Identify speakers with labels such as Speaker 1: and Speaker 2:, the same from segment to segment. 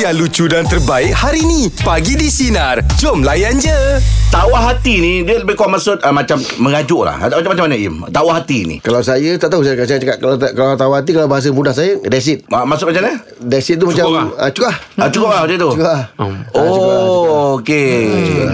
Speaker 1: yang lucu dan terbaik hari ni. Pagi di Sinar. Jom layan je.
Speaker 2: Tawar hati ni Dia lebih kurang maksud uh, Macam mengajuk lah Atau Macam, macam mana Im Tawar hati ni
Speaker 3: Kalau saya tak tahu saya, saya cakap kalau tak- kalau tahu hati kalau bahasa mudah saya that's it.
Speaker 2: uh, Maksud macam mana
Speaker 3: That's it tu
Speaker 2: Cukup lah.
Speaker 3: macam ah, cukup ah.
Speaker 2: uh, Cukup lah macam tu
Speaker 3: Cukup Hmm, ah.
Speaker 2: Oh okey.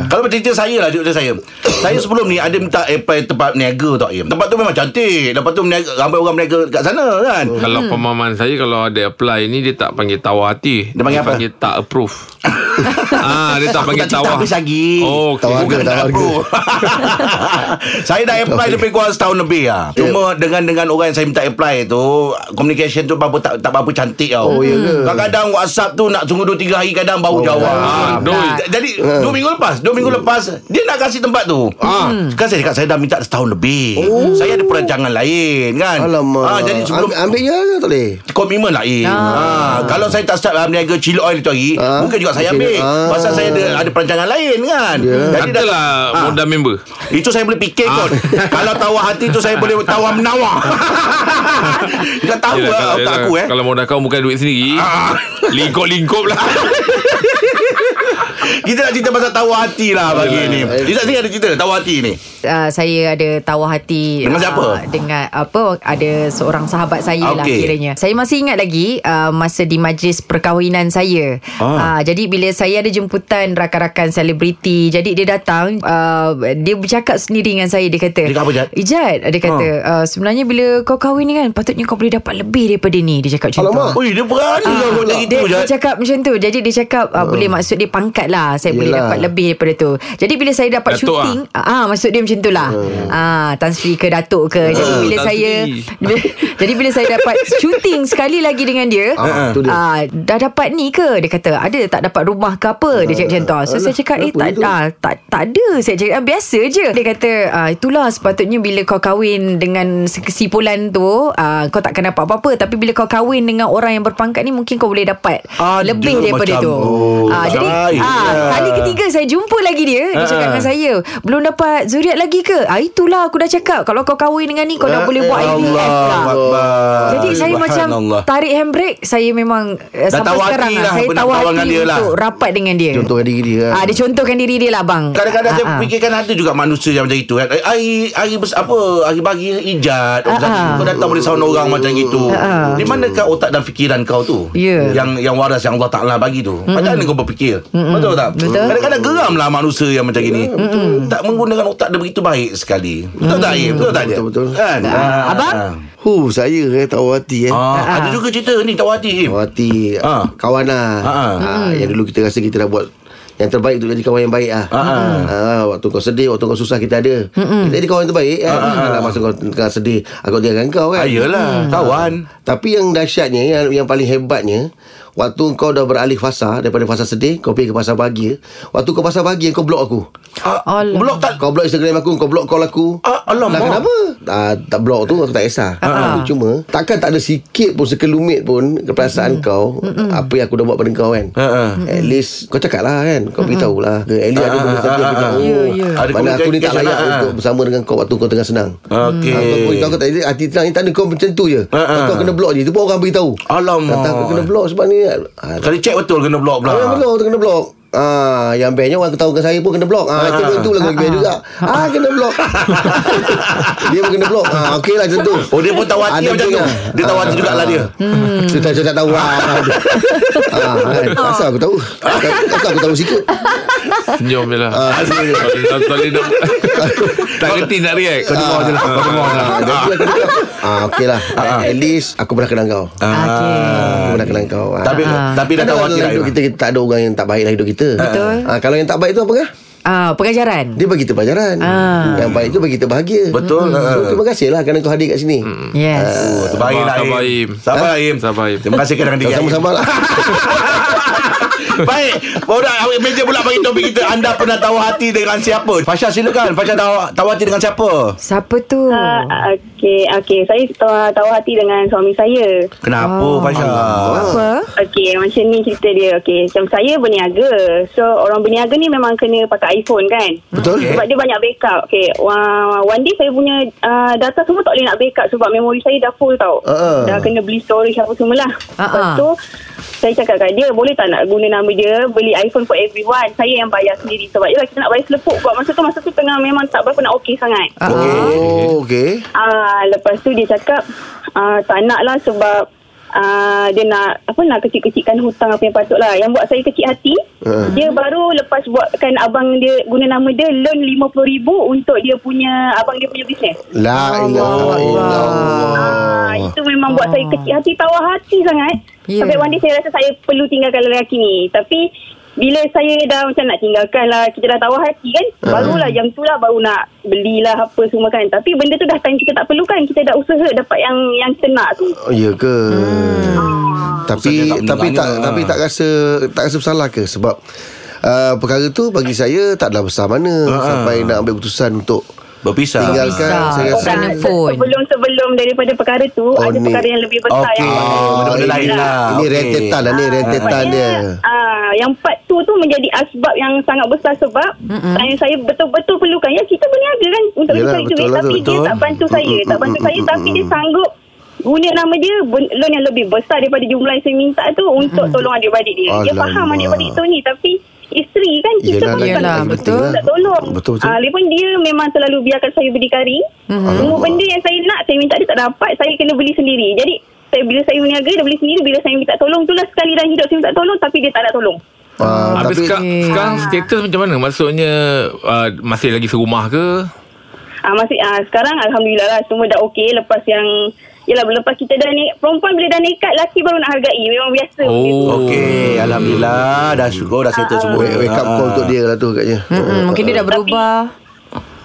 Speaker 2: Kalau macam cerita saya lah Cerita saya Saya sebelum ni Ada minta apply tempat niaga tak Im Tempat tu memang cantik Lepas tu berniaga, ramai orang berniaga kat sana kan
Speaker 3: Oh.
Speaker 4: Kalau pemahaman saya Kalau ada apply ni Dia tak panggil tawar hati
Speaker 2: Dia panggil apa?
Speaker 4: panggil tak approve ah, Dia tak
Speaker 2: Aku tak
Speaker 4: panggil
Speaker 2: cerita
Speaker 4: tawar
Speaker 2: habis lagi
Speaker 4: Oh okay.
Speaker 3: Tawar
Speaker 2: Bukan tak
Speaker 3: harga, tawar
Speaker 2: pro Saya dah apply lebih kurang setahun lebih lah
Speaker 3: Ya.
Speaker 2: Cuma dengan dengan orang yang saya minta apply tu Communication tu apa tak, tak apa cantik tau Oh
Speaker 3: iya ya ke? Oh,
Speaker 2: Kadang-kadang WhatsApp tu nak tunggu 2-3 hari kadang baru jawab Ah,
Speaker 4: betul.
Speaker 2: j- Jadi
Speaker 3: Ha.
Speaker 2: 2 minggu lepas 2
Speaker 3: Hmm.
Speaker 2: minggu lepas Dia nak kasih tempat tu
Speaker 3: Ah.
Speaker 2: Sekarang saya cakap saya dah minta setahun lebih Saya ada perancangan lain kan
Speaker 3: Oh. Alamak.
Speaker 2: Ah, Jadi sebelum
Speaker 3: Am- ambil je lah, tak boleh.
Speaker 2: komitmen lain. Ha. Kalau saya tak start uh, meniaga chili oil tu hari,
Speaker 3: Ah.
Speaker 2: mungkin juga saya
Speaker 3: Mungkin.
Speaker 2: ambil.
Speaker 3: Ah. Ya.
Speaker 2: Pasal saya ada ada perancangan lain kan. Yeah.
Speaker 4: Katalah
Speaker 2: Ah.
Speaker 4: modal member
Speaker 2: Itu saya boleh fikir
Speaker 4: Ah.
Speaker 2: kot Kalau tawar hati tu Saya boleh tawar menawar Kau tahu
Speaker 4: Yelah,
Speaker 2: lah otak
Speaker 4: yelah,
Speaker 2: aku eh
Speaker 4: Ya,
Speaker 2: Ah.
Speaker 4: Kalau modal kau bukan duit sendiri Lingkup-lingkup lah
Speaker 2: Kita nak cerita pasal tawar hati lah Pagi ni
Speaker 3: yelah.
Speaker 2: Izzat sini ada cerita Tawar hati ni
Speaker 5: uh, saya ada tawar hati
Speaker 2: Dengan siapa?
Speaker 5: ah, dengan apa ada seorang sahabat saya lah
Speaker 2: Okey.
Speaker 5: kiranya. Saya masih ingat lagi uh, masa di majlis perkahwinan saya. Ah. Uh, jadi bila saya ada jemputan rakan-rakan selebriti, jadi dia datang uh, dia bercakap sendiri dengan saya dia kata.
Speaker 2: Dia kata apa, Jad? Ah.
Speaker 5: Ijat dia kata uh, sebenarnya bila kau kahwin ni kan patutnya kau boleh dapat lebih daripada ni dia cakap macam tu.
Speaker 3: Alamak.
Speaker 2: Ui dia berani lah Buat macam itu
Speaker 5: Ah, Dia, dia
Speaker 2: Jad.
Speaker 5: cakap macam tu Jadi dia cakap uh, Boleh maksud dia pangkat lah Saya boleh
Speaker 3: Yelah.
Speaker 5: dapat lebih daripada tu Jadi bila saya dapat
Speaker 4: Datuk
Speaker 5: syuting ah, ah, Maksud dia macam tu lah ah, Tan Sri ke Datuk ke Jadi
Speaker 4: Oh,
Speaker 5: bila
Speaker 4: Tan
Speaker 5: saya Jadi bila saya dapat syuting Sekali lagi dengan dia
Speaker 2: Ha,
Speaker 3: Ah, tu dia.
Speaker 5: ah, Dah dapat ni ke Dia kata Ada tak dapat rumah ke apa Dia cakap macam tu So saya cakap Eh
Speaker 3: kenapa
Speaker 5: tak,
Speaker 3: gitu?
Speaker 5: ah, tak, tak ada Saya cakap ah, Biasa je Dia kata ah, Itulah sepatutnya Bila kau kahwin Dengan kesimpulan tu ah, Kau takkan dapat apa-apa Tapi bila kau kahwin Dengan orang yang berpangkat ni Mungkin kau boleh dapat
Speaker 2: Ada
Speaker 5: Lebih daripada
Speaker 2: macam
Speaker 5: tu
Speaker 2: tu.
Speaker 5: ah, Jadi
Speaker 2: Baik.
Speaker 5: ah, Kali ketiga saya jumpa lagi dia Dia
Speaker 2: Ah.
Speaker 5: cakap dengan saya Belum dapat zuriat lagi ke ah, Itulah aku dah cakap Kalau kau kahwin dengan ni Kau
Speaker 3: Ah,
Speaker 5: dah boleh buat IVF
Speaker 2: eh, Allah
Speaker 5: lah
Speaker 2: Akbar.
Speaker 5: jadi saya macam
Speaker 2: Subhanallah.
Speaker 5: tarik handbrake Saya memang eh,
Speaker 2: Dah
Speaker 5: Sampai
Speaker 2: tawar hati
Speaker 5: sekarang
Speaker 2: lah,
Speaker 5: lah, Saya
Speaker 2: nak
Speaker 5: tawar
Speaker 2: tawar dengan
Speaker 5: hati
Speaker 2: dia lah.
Speaker 5: Untuk rapat dengan dia
Speaker 3: Contohkan diri dia.
Speaker 5: Ah, dia contohkan diri dia lah bang
Speaker 2: Kadang-kadang
Speaker 5: Ah,
Speaker 2: saya
Speaker 5: ah.
Speaker 2: fikirkan ada juga manusia yang macam itu kan. Hari hari bes, apa hari bagi ijat
Speaker 5: Ah,
Speaker 2: orang
Speaker 5: ah.
Speaker 2: kau datang boleh sound
Speaker 3: Oh.
Speaker 2: orang macam itu.
Speaker 5: Ah, ah.
Speaker 2: Di manakah otak dan fikiran kau tu?
Speaker 5: Ya.
Speaker 2: Yang yang waras yang Allah Taala bagi tu. Macam mana kau berfikir? Betul tak?
Speaker 5: Betul.
Speaker 2: Kadang-kadang geramlah manusia yang macam ini. Tak menggunakan otak dia begitu baik sekali. Betul tak? Im? Betul tak dia?
Speaker 3: Betul, betul.
Speaker 2: Kan? Ah,
Speaker 5: Abang?
Speaker 2: ah.
Speaker 3: Huh, saya eh tahu hati eh.
Speaker 2: Ah,
Speaker 5: Ah,
Speaker 2: ada
Speaker 5: ah.
Speaker 2: juga cerita ni tahu hati. Im.
Speaker 3: Tahu hati
Speaker 2: Ah.
Speaker 3: kawan lah.
Speaker 2: Ah.
Speaker 5: Hmm.
Speaker 3: Ah, yang dulu kita rasa kita dah buat yang terbaik untuk jadi kawan yang baik lah.
Speaker 2: Ah.
Speaker 3: Ah, waktu kau sedih, waktu kau susah kita ada.
Speaker 5: Hmm,
Speaker 3: Kita jadi kawan yang terbaik kan. Alah, masa kau tengah sedih, aku tinggalkan kau kan.
Speaker 2: Ah, Yelah, kawan.
Speaker 3: Tapi yang dahsyatnya yang, yang paling hebatnya Waktu kau dah beralih fasa Daripada fasa sedih Kau pergi ke fasa bahagia Waktu kau fasa bahagia Kau blok aku
Speaker 2: Ah,
Speaker 5: Alah.
Speaker 2: Blok tak
Speaker 3: Kau blok Instagram aku Kau blok call aku
Speaker 2: Ah, alamak.
Speaker 3: Dah kenapa ah, Tak blok tu aku
Speaker 2: Ah,
Speaker 3: tak kisah Aku cuma Takkan tak ada sikit pun Sekelumit pun Keperasaan kau Apa yang aku dah buat pada kau kan
Speaker 2: Ah, ah.
Speaker 3: At least Kau cakap lah kan Kau beritahu lah At least ada benda sakit aku
Speaker 2: ah,
Speaker 3: tahu.
Speaker 2: ah. Ya, ya. Ada
Speaker 3: Mana aku ni tak
Speaker 2: communication,
Speaker 3: layak
Speaker 2: ah, ah.
Speaker 3: Untuk bersama dengan kau Waktu kau tengah senang
Speaker 2: Okey.
Speaker 3: Ah, Kau beritahu kau tak ada Hati tenang ni tak ada lah. Kau macam tu je
Speaker 2: Ah, ah.
Speaker 3: Kau kena block je Itu pun orang beritahu
Speaker 2: Alamak.
Speaker 3: Kata aku
Speaker 2: eh.
Speaker 3: kena block sebab ni ah,
Speaker 2: Kali check betul kena blok pula.
Speaker 3: Orang belum tu kena block. Ah, yang bestnya orang ketahukan saya pun kena block. Ah, itu pun tu lagu best juga. Ah, kena block. dia pun kena block. Ah, okeylah macam tu.
Speaker 2: Oh dia pun tahu hati
Speaker 3: Ada
Speaker 2: macam
Speaker 3: juga.
Speaker 2: tu Dia tahu hati
Speaker 3: Ah,
Speaker 2: jugalah
Speaker 3: ah.
Speaker 2: dia
Speaker 3: Hmm. Saya tak, saya tak tahu. Ah, ah, kan.
Speaker 2: Oh.
Speaker 3: Asal aku tahu. Asal aku tahu sikit.
Speaker 4: Senyum je lah
Speaker 2: Ah,
Speaker 4: Tak- tak boleh nak- Tak kerti nak react Kau dengar je lah Kau dengar je
Speaker 3: Ah, jadi aku cakap, ah, okeylah. At least aku pernah kenal kau.
Speaker 5: Okey.
Speaker 3: Aku pernah kenal kau. Ah.
Speaker 2: Ah. Tapi tapi dah tahu hati
Speaker 3: Kadang-kadang dalam
Speaker 2: lah
Speaker 3: hidup kita, kita tak ada orang yang tak baik dalam hidup kita.
Speaker 5: Betul.
Speaker 3: Ah, kalau yang tak baik tu apa kah?
Speaker 5: Ah, pengajaran.
Speaker 3: Dia bagi kita pelajaran.
Speaker 5: Ah.
Speaker 3: Yang baik tu bagi kita bahagia.
Speaker 2: Betul,
Speaker 3: So,
Speaker 2: ah. Hmm,
Speaker 3: terima kasihlah kerana kau hadir kat sini.
Speaker 5: Yes.
Speaker 2: Terbaik lah
Speaker 4: Sabar,
Speaker 2: Im
Speaker 4: Im.
Speaker 2: Sabar Im
Speaker 4: Sabar, Im.
Speaker 2: Terima kasih kerana dia
Speaker 3: Sama-sama lah.
Speaker 2: Baik Borak awak meja pula bagi topik kita Anda pernah tahu hati dengan siapa Fasha silakan Fasha tahu, tahu hati dengan siapa
Speaker 5: Siapa tu?
Speaker 6: Ah, okey, okey. Saya tahu, tahu hati dengan suami saya.
Speaker 2: Kenapa
Speaker 5: Oh.
Speaker 2: Fasha
Speaker 5: Apa?
Speaker 6: Okey, macam ni cerita dia. Okey, macam saya berniaga. So, orang berniaga ni memang kena pakai iPhone kan?
Speaker 3: Betul.
Speaker 6: Sebab dia banyak backup. Okey, uh, one day saya punya uh, data semua tak boleh nak backup sebab memori saya dah full tau.
Speaker 3: Ah.
Speaker 6: Dah kena beli storage apa semualah.
Speaker 5: Ah,
Speaker 6: Lepas
Speaker 5: ah.
Speaker 6: tu, Saya cakap kat dia Boleh tak nak guna nama dia Beli iPhone for everyone Saya yang bayar sendiri Sebab yelah kita nak bayar selepuk Buat masa tu Masa tu tengah memang tak berapa nak okey sangat
Speaker 3: Okey. Oh, okey.
Speaker 6: Ah, lepas tu dia cakap ah, tak nak lah sebab ah, dia nak apa nak kecil-kecilkan hutang apa yang patut lah. Yang buat saya kecil hati,
Speaker 3: Ha.
Speaker 6: dia baru lepas buatkan abang dia guna nama dia loan RM50,000 untuk dia punya abang dia punya bisnes.
Speaker 3: La ilaha
Speaker 6: Ah,
Speaker 2: Oh.
Speaker 3: illallah.
Speaker 6: itu memang buat saya kecil hati, tawar hati sangat.
Speaker 5: Ya.
Speaker 6: Yeah. Sampai one day saya rasa saya perlu tinggalkan lelaki ni. Tapi bila saya dah macam nak tinggalkan lah, kita dah tawar hati kan.
Speaker 2: Ah.
Speaker 6: Uh. Barulah jam tu lah baru nak belilah apa semua kan. Tapi benda tu dah time kita tak perlukan. Kita dah usaha dapat yang yang kita nak tu.
Speaker 3: Oh, ya ke? Tapi
Speaker 5: Hmm.
Speaker 2: Susah dia tak
Speaker 3: tapi tak
Speaker 2: mendengarnya.
Speaker 3: tapi tak rasa tak rasa bersalah ke sebab uh, perkara tu bagi saya taklah besar mana
Speaker 2: Ah,
Speaker 3: sampai nak ambil keputusan untuk
Speaker 2: Berpisah.
Speaker 3: tinggalkan
Speaker 5: Berpisah.
Speaker 3: saya rasa
Speaker 5: Kerana
Speaker 6: Dan
Speaker 5: phone.
Speaker 6: Kan? Sebelum-sebelum daripada perkara tu,
Speaker 3: Oh,
Speaker 6: oh, ada
Speaker 3: ni.
Speaker 6: perkara yang lebih besar.
Speaker 2: Okey.
Speaker 6: Yang
Speaker 2: Oh, benda-benda
Speaker 3: ini-
Speaker 2: lain lah.
Speaker 3: Ini
Speaker 2: Okey.
Speaker 3: rentetan lah ni rentetan dia.
Speaker 6: Ah, yang part tu tu menjadi asbab yang sangat besar sebab saya saya betul-betul perlukan. Ya kita berniaga kan untuk
Speaker 3: Yelah,
Speaker 6: cari
Speaker 3: betul
Speaker 6: duit
Speaker 3: lah tu,
Speaker 6: tapi dia
Speaker 3: betul.
Speaker 6: tak bantu saya, tak bantu saya tapi dia sanggup guna nama dia ben- loan yang lebih besar daripada jumlah yang saya minta tu untuk tolong adik-beradik dia. Dia
Speaker 3: Alamak.
Speaker 6: faham adik-beradik tu ni tapi isteri kan kita
Speaker 3: Yelah,
Speaker 6: pun bukan
Speaker 5: yelah,
Speaker 6: nak-
Speaker 5: betul.
Speaker 6: nak tolong.
Speaker 3: Betul, betul. Mhm.
Speaker 6: Ah, lagipun dia memang selalu biarkan saya berdikari. Semua benda yang saya nak saya minta dia tak dapat, saya kena beli sendiri. Jadi saya bila saya berniaga dia beli sendiri bila saya minta tolong tu lah sekali dalam hidup saya minta tolong tapi dia tak nak tolong.
Speaker 3: Ah,
Speaker 4: Habis
Speaker 3: tapi
Speaker 4: sekarang, sekarang status macam mana? Maksudnya uh, masih lagi serumah ke?
Speaker 6: Ah masih ah sekarang alhamdulillah lah semua dah okey lepas yang Yelah lepas kita dah ni Perempuan bila dah nekat Laki baru nak hargai Memang biasa
Speaker 4: Oh.
Speaker 2: Okey, alhamdulillah dah syukur dah settle semua.
Speaker 3: Ah,
Speaker 2: Ah.
Speaker 3: wake, wake up call untuk dia lah tu agaknya.
Speaker 5: Mm-mm, Hmm, mungkin dia dah berubah.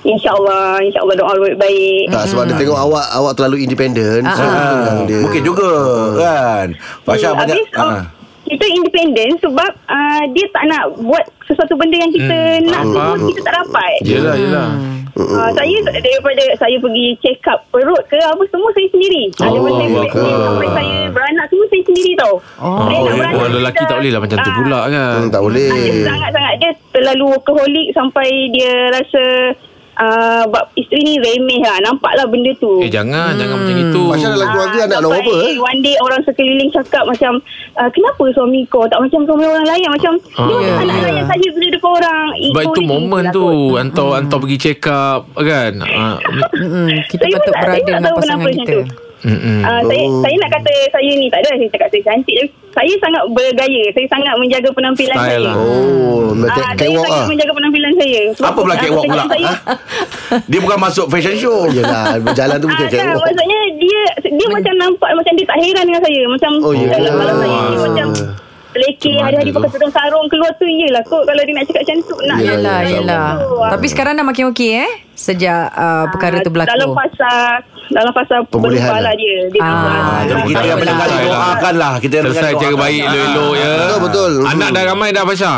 Speaker 6: InsyaAllah InsyaAllah doa baik-baik
Speaker 3: Tak sebab dia tengok awak awak terlalu independent. So,
Speaker 2: Ah,
Speaker 3: pegang dia.
Speaker 2: mungkin juga kan. Pasal
Speaker 6: Hmm,
Speaker 2: banyak
Speaker 6: habis, oh,
Speaker 2: ah.
Speaker 6: Kita independen sebab uh, Dia tak nak buat Sesuatu benda yang kita
Speaker 4: Hmm.
Speaker 6: Nak tu pun kita tak dapat
Speaker 4: Yelah, yelah.
Speaker 6: Uh, saya daripada saya pergi check up perut ke apa semua saya sendiri. Oh, daripada saya
Speaker 4: Allahuakbar.
Speaker 6: berniaga sampai saya beranak semua saya sendiri tau.
Speaker 4: Oh,
Speaker 6: Saya nak beranak
Speaker 4: orang lelaki
Speaker 6: dah-
Speaker 4: tak boleh lah macam tu
Speaker 6: Eh, Ah,
Speaker 4: pula
Speaker 3: Hmm,
Speaker 4: kan.
Speaker 3: tak boleh.
Speaker 6: Dia sangat-sangat dia terlalu workaholic sampai dia rasa uh, bab isteri ni remeh lah. Nampaklah benda tu.
Speaker 4: Eh
Speaker 6: Hmm.
Speaker 4: jangan, jangan macam itu.
Speaker 3: Pasal dalam keluarga
Speaker 6: Ah,
Speaker 3: anak nak
Speaker 6: sampai
Speaker 3: apa? eh?
Speaker 6: One day orang sekeliling cakap macam ah, Kenapa suami kau tak macam suami orang lain Macam
Speaker 4: Ah,
Speaker 6: dia
Speaker 4: ya,
Speaker 6: yeah, anak
Speaker 5: ya.
Speaker 6: layan saya bila depan orang
Speaker 4: Sebab
Speaker 6: Ego
Speaker 4: itu
Speaker 6: dia
Speaker 4: momen
Speaker 6: gila
Speaker 4: tu
Speaker 3: lah,
Speaker 6: kot.
Speaker 4: hantar
Speaker 3: Hmm.
Speaker 4: hantar pergi check up kan. Ah,
Speaker 5: Mm-mm, kita
Speaker 6: Saya pun
Speaker 5: patut
Speaker 6: tak- saya
Speaker 5: berada
Speaker 6: tak
Speaker 5: dengan
Speaker 6: tahu
Speaker 5: pasangan
Speaker 6: kenapa
Speaker 5: kita.
Speaker 6: macam tu.
Speaker 4: mm, mm.
Speaker 6: Ah, saya,
Speaker 3: Oh.
Speaker 6: saya nak kata saya ni tak ada saya cakap saya cantik tapi saya sangat bergaya saya sangat menjaga penampilan
Speaker 4: Style
Speaker 6: saya
Speaker 4: lah.
Speaker 3: Oh, macam
Speaker 6: Ah, saya
Speaker 3: catwalk
Speaker 6: sangat
Speaker 3: ah.
Speaker 6: menjaga penampilan saya Sebab
Speaker 2: Apa pula
Speaker 6: ah,
Speaker 2: catwalk pula?
Speaker 6: saya-
Speaker 2: Ha? Dia bukan masuk fashion show.
Speaker 3: Yalah, berjalan tu
Speaker 6: Ah,
Speaker 3: bukan
Speaker 6: tak,
Speaker 3: catwalk.
Speaker 6: maksudnya dia dia macam nampak macam dia tak heran dengan saya. Macam
Speaker 3: Oh, ya
Speaker 6: kalau,
Speaker 3: ke?
Speaker 6: kalau saya ni macam Lekeh
Speaker 4: Macam
Speaker 6: hari-hari
Speaker 4: mana
Speaker 6: pakai
Speaker 4: tu?
Speaker 6: tudung sarung keluar tu iyalah kot kalau dia nak cakap macam tu nak
Speaker 5: Yelah,
Speaker 6: nak-
Speaker 5: yelah.
Speaker 6: tu, ah.
Speaker 5: Tapi sekarang dah makin okey eh? Sejak uh, perkara tu
Speaker 6: Ah, Dalam
Speaker 5: berlaku.
Speaker 6: fasa dalam fasa
Speaker 3: Pemulihan
Speaker 6: perubahan lah
Speaker 3: lah.
Speaker 6: dia. dia
Speaker 5: Ah,
Speaker 6: berubah.
Speaker 2: Jadi kita yang mendengar
Speaker 4: Selesai lah.
Speaker 2: doakan lah. Kita Ah, yang
Speaker 4: Selesai
Speaker 2: mendengar
Speaker 4: cara
Speaker 2: doakan.
Speaker 4: baik elok-elok ya.
Speaker 3: Betul, betul.
Speaker 4: Anak dah ramai dah Pasha.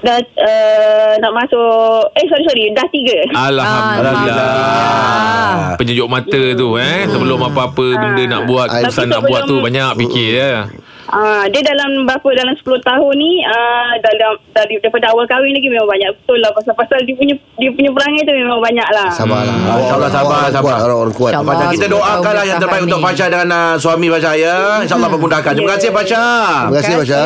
Speaker 6: dah uh, nak masuk eh sorry sorry dah tiga.
Speaker 4: Alhamdulillah.
Speaker 5: Alhamdulillah.
Speaker 4: Penyejuk mata tu eh sebelum apa-apa benda nak buat,
Speaker 3: Ah.
Speaker 4: keputusan
Speaker 6: Tapi
Speaker 4: nak buat tu
Speaker 6: sebelum-
Speaker 4: banyak fikir ya.
Speaker 6: Ah, dia dalam berapa dalam 10 tahun ni ah, dalam dari daripada awal kahwin lagi memang banyak betul lah pasal-pasal dia punya dia punya perangai tu memang banyak lah.
Speaker 3: Sabarlah.
Speaker 2: Ah, InsyaAllah sabar,
Speaker 3: Orang
Speaker 2: sabar.
Speaker 3: kuat, Orang kuat.
Speaker 5: InsyaAllah.
Speaker 2: Fasha,
Speaker 5: Ah,
Speaker 2: kita
Speaker 5: sebelum
Speaker 2: doakan
Speaker 5: tahu
Speaker 2: lah yang
Speaker 5: bertahan
Speaker 2: terbaik
Speaker 5: ni.
Speaker 2: untuk Fasha dengan uh, suami Fasha ya. InsyaAllah memudahkan. Terima kasih Fasha.
Speaker 3: Terima kasih,
Speaker 5: Ya.
Speaker 3: Fasha.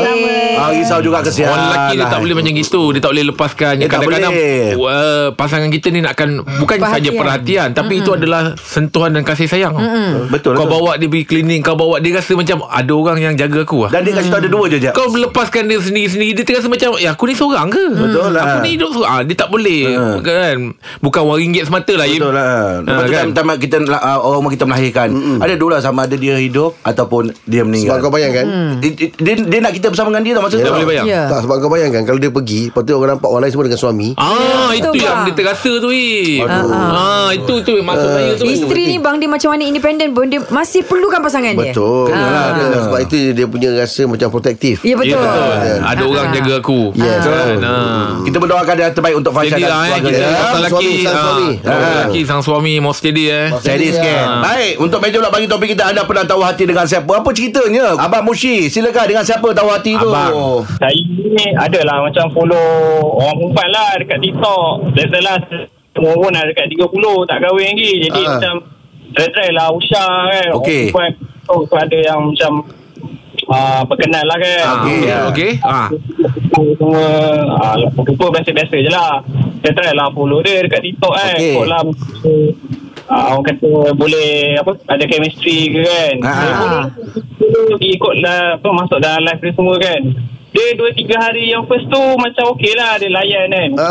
Speaker 2: Ah, risau juga kesian.
Speaker 4: Orang lelaki dia tak boleh macam gitu Dia tak boleh lepaskan
Speaker 2: lah. Dia tak
Speaker 4: Kadang-kadang
Speaker 2: boleh.
Speaker 4: uh, Pasangan kita ni nakkan Bukan
Speaker 5: Perhatian.
Speaker 4: saja perhatian Tapi itu adalah Sentuhan dan kasih sayang Mm-mm.
Speaker 2: Betul.
Speaker 4: Kau
Speaker 2: betul.
Speaker 4: bawa dia pergi klinik Kau bawa dia rasa macam Ada orang yang jaga aku lah
Speaker 2: Dan dia kat situ ada dua je je.
Speaker 4: kau melepaskan dia sendiri-sendiri Dia terasa macam Eh aku ni seorang ke
Speaker 2: Betul lah.
Speaker 4: Aku ni hidup seorang ah, Dia tak boleh
Speaker 2: Ha.
Speaker 4: kan? Bukan RM1 semata lah Im.
Speaker 2: Betul lah Lepas
Speaker 4: Ah,
Speaker 2: tu
Speaker 4: kan?
Speaker 2: kan? time, kita uh, Orang rumah kita melahirkan mm Ada dua lah Sama ada dia hidup Ataupun dia
Speaker 3: Sebab
Speaker 2: meninggal Hmm.
Speaker 3: kau bayangkan
Speaker 2: It- it- dia, dia nak kita bersama dengan dia tau Maksud
Speaker 4: Tak
Speaker 2: tu
Speaker 4: boleh bayang
Speaker 5: Ya.
Speaker 3: Tak sebab kau bayangkan Kalau dia pergi Lepas tu orang nampak orang lain semua dengan suami
Speaker 4: Ah
Speaker 5: Ya,
Speaker 4: itu
Speaker 5: betul,
Speaker 4: yang
Speaker 5: bang.
Speaker 4: dia terasa tu Im. Ah itu tu maksud saya tu.
Speaker 5: Isteri ni bang dia macam mana independen pun dia masih perlukan pasangan dia.
Speaker 3: Betul
Speaker 5: Ah.
Speaker 3: Yelah, dia- Kan? Sebab itu dia punya rasa Macam protektif
Speaker 5: Ya
Speaker 4: Ya
Speaker 5: betul.
Speaker 4: betul.
Speaker 5: Yeah,
Speaker 4: Ada orang
Speaker 5: Ah.
Speaker 4: jaga aku.
Speaker 2: Ya.
Speaker 3: Yes.
Speaker 4: Kan? Ah.
Speaker 2: Kita berdoakan yang terbaik Untuk Fasha
Speaker 4: Jadi
Speaker 2: dan
Speaker 4: lah eh
Speaker 2: keluarga
Speaker 4: kita
Speaker 2: dia
Speaker 4: sang lelaki
Speaker 3: Suami, sang
Speaker 4: ah,
Speaker 3: suami.
Speaker 4: sang
Speaker 2: Ah.
Speaker 4: lelaki sang suami mau steady eh.
Speaker 2: Jadi
Speaker 3: Jadi,
Speaker 2: sikit
Speaker 4: ah.
Speaker 2: Baik Untuk meja pula bagi topik kita Anda pernah tahu hati dengan siapa Apa ceritanya Abang Mushi Silakan dengan siapa tahu hati tu
Speaker 4: Abang.
Speaker 7: Saya ni adalah macam follow orang perempuan lah dekat TikTok. Biasalah semua pun dah dekat 30 tak kahwin lagi. Jadi
Speaker 2: Ah.
Speaker 7: uh. macam try-try lah Usha kan.
Speaker 2: Okey.
Speaker 7: Orang perempuan oh, tu ada yang macam uh, perkenal lah kan.
Speaker 4: Ah,
Speaker 2: Okey,
Speaker 4: okey.
Speaker 2: ah.
Speaker 4: Okey. Ah.
Speaker 7: Semua uh, jumpa biasa-biasa je lah. Saya try lah follow dia dekat TikTok
Speaker 2: Okey.
Speaker 7: kan. Okay. Follow lah. Uh, orang kata boleh apa ada chemistry ke kan.
Speaker 2: Ah.
Speaker 7: Saya follow dia ikut lah apa masuk dalam live dia semua kan. Dia dua tiga hari yang first tu macam okey lah dia layan kan.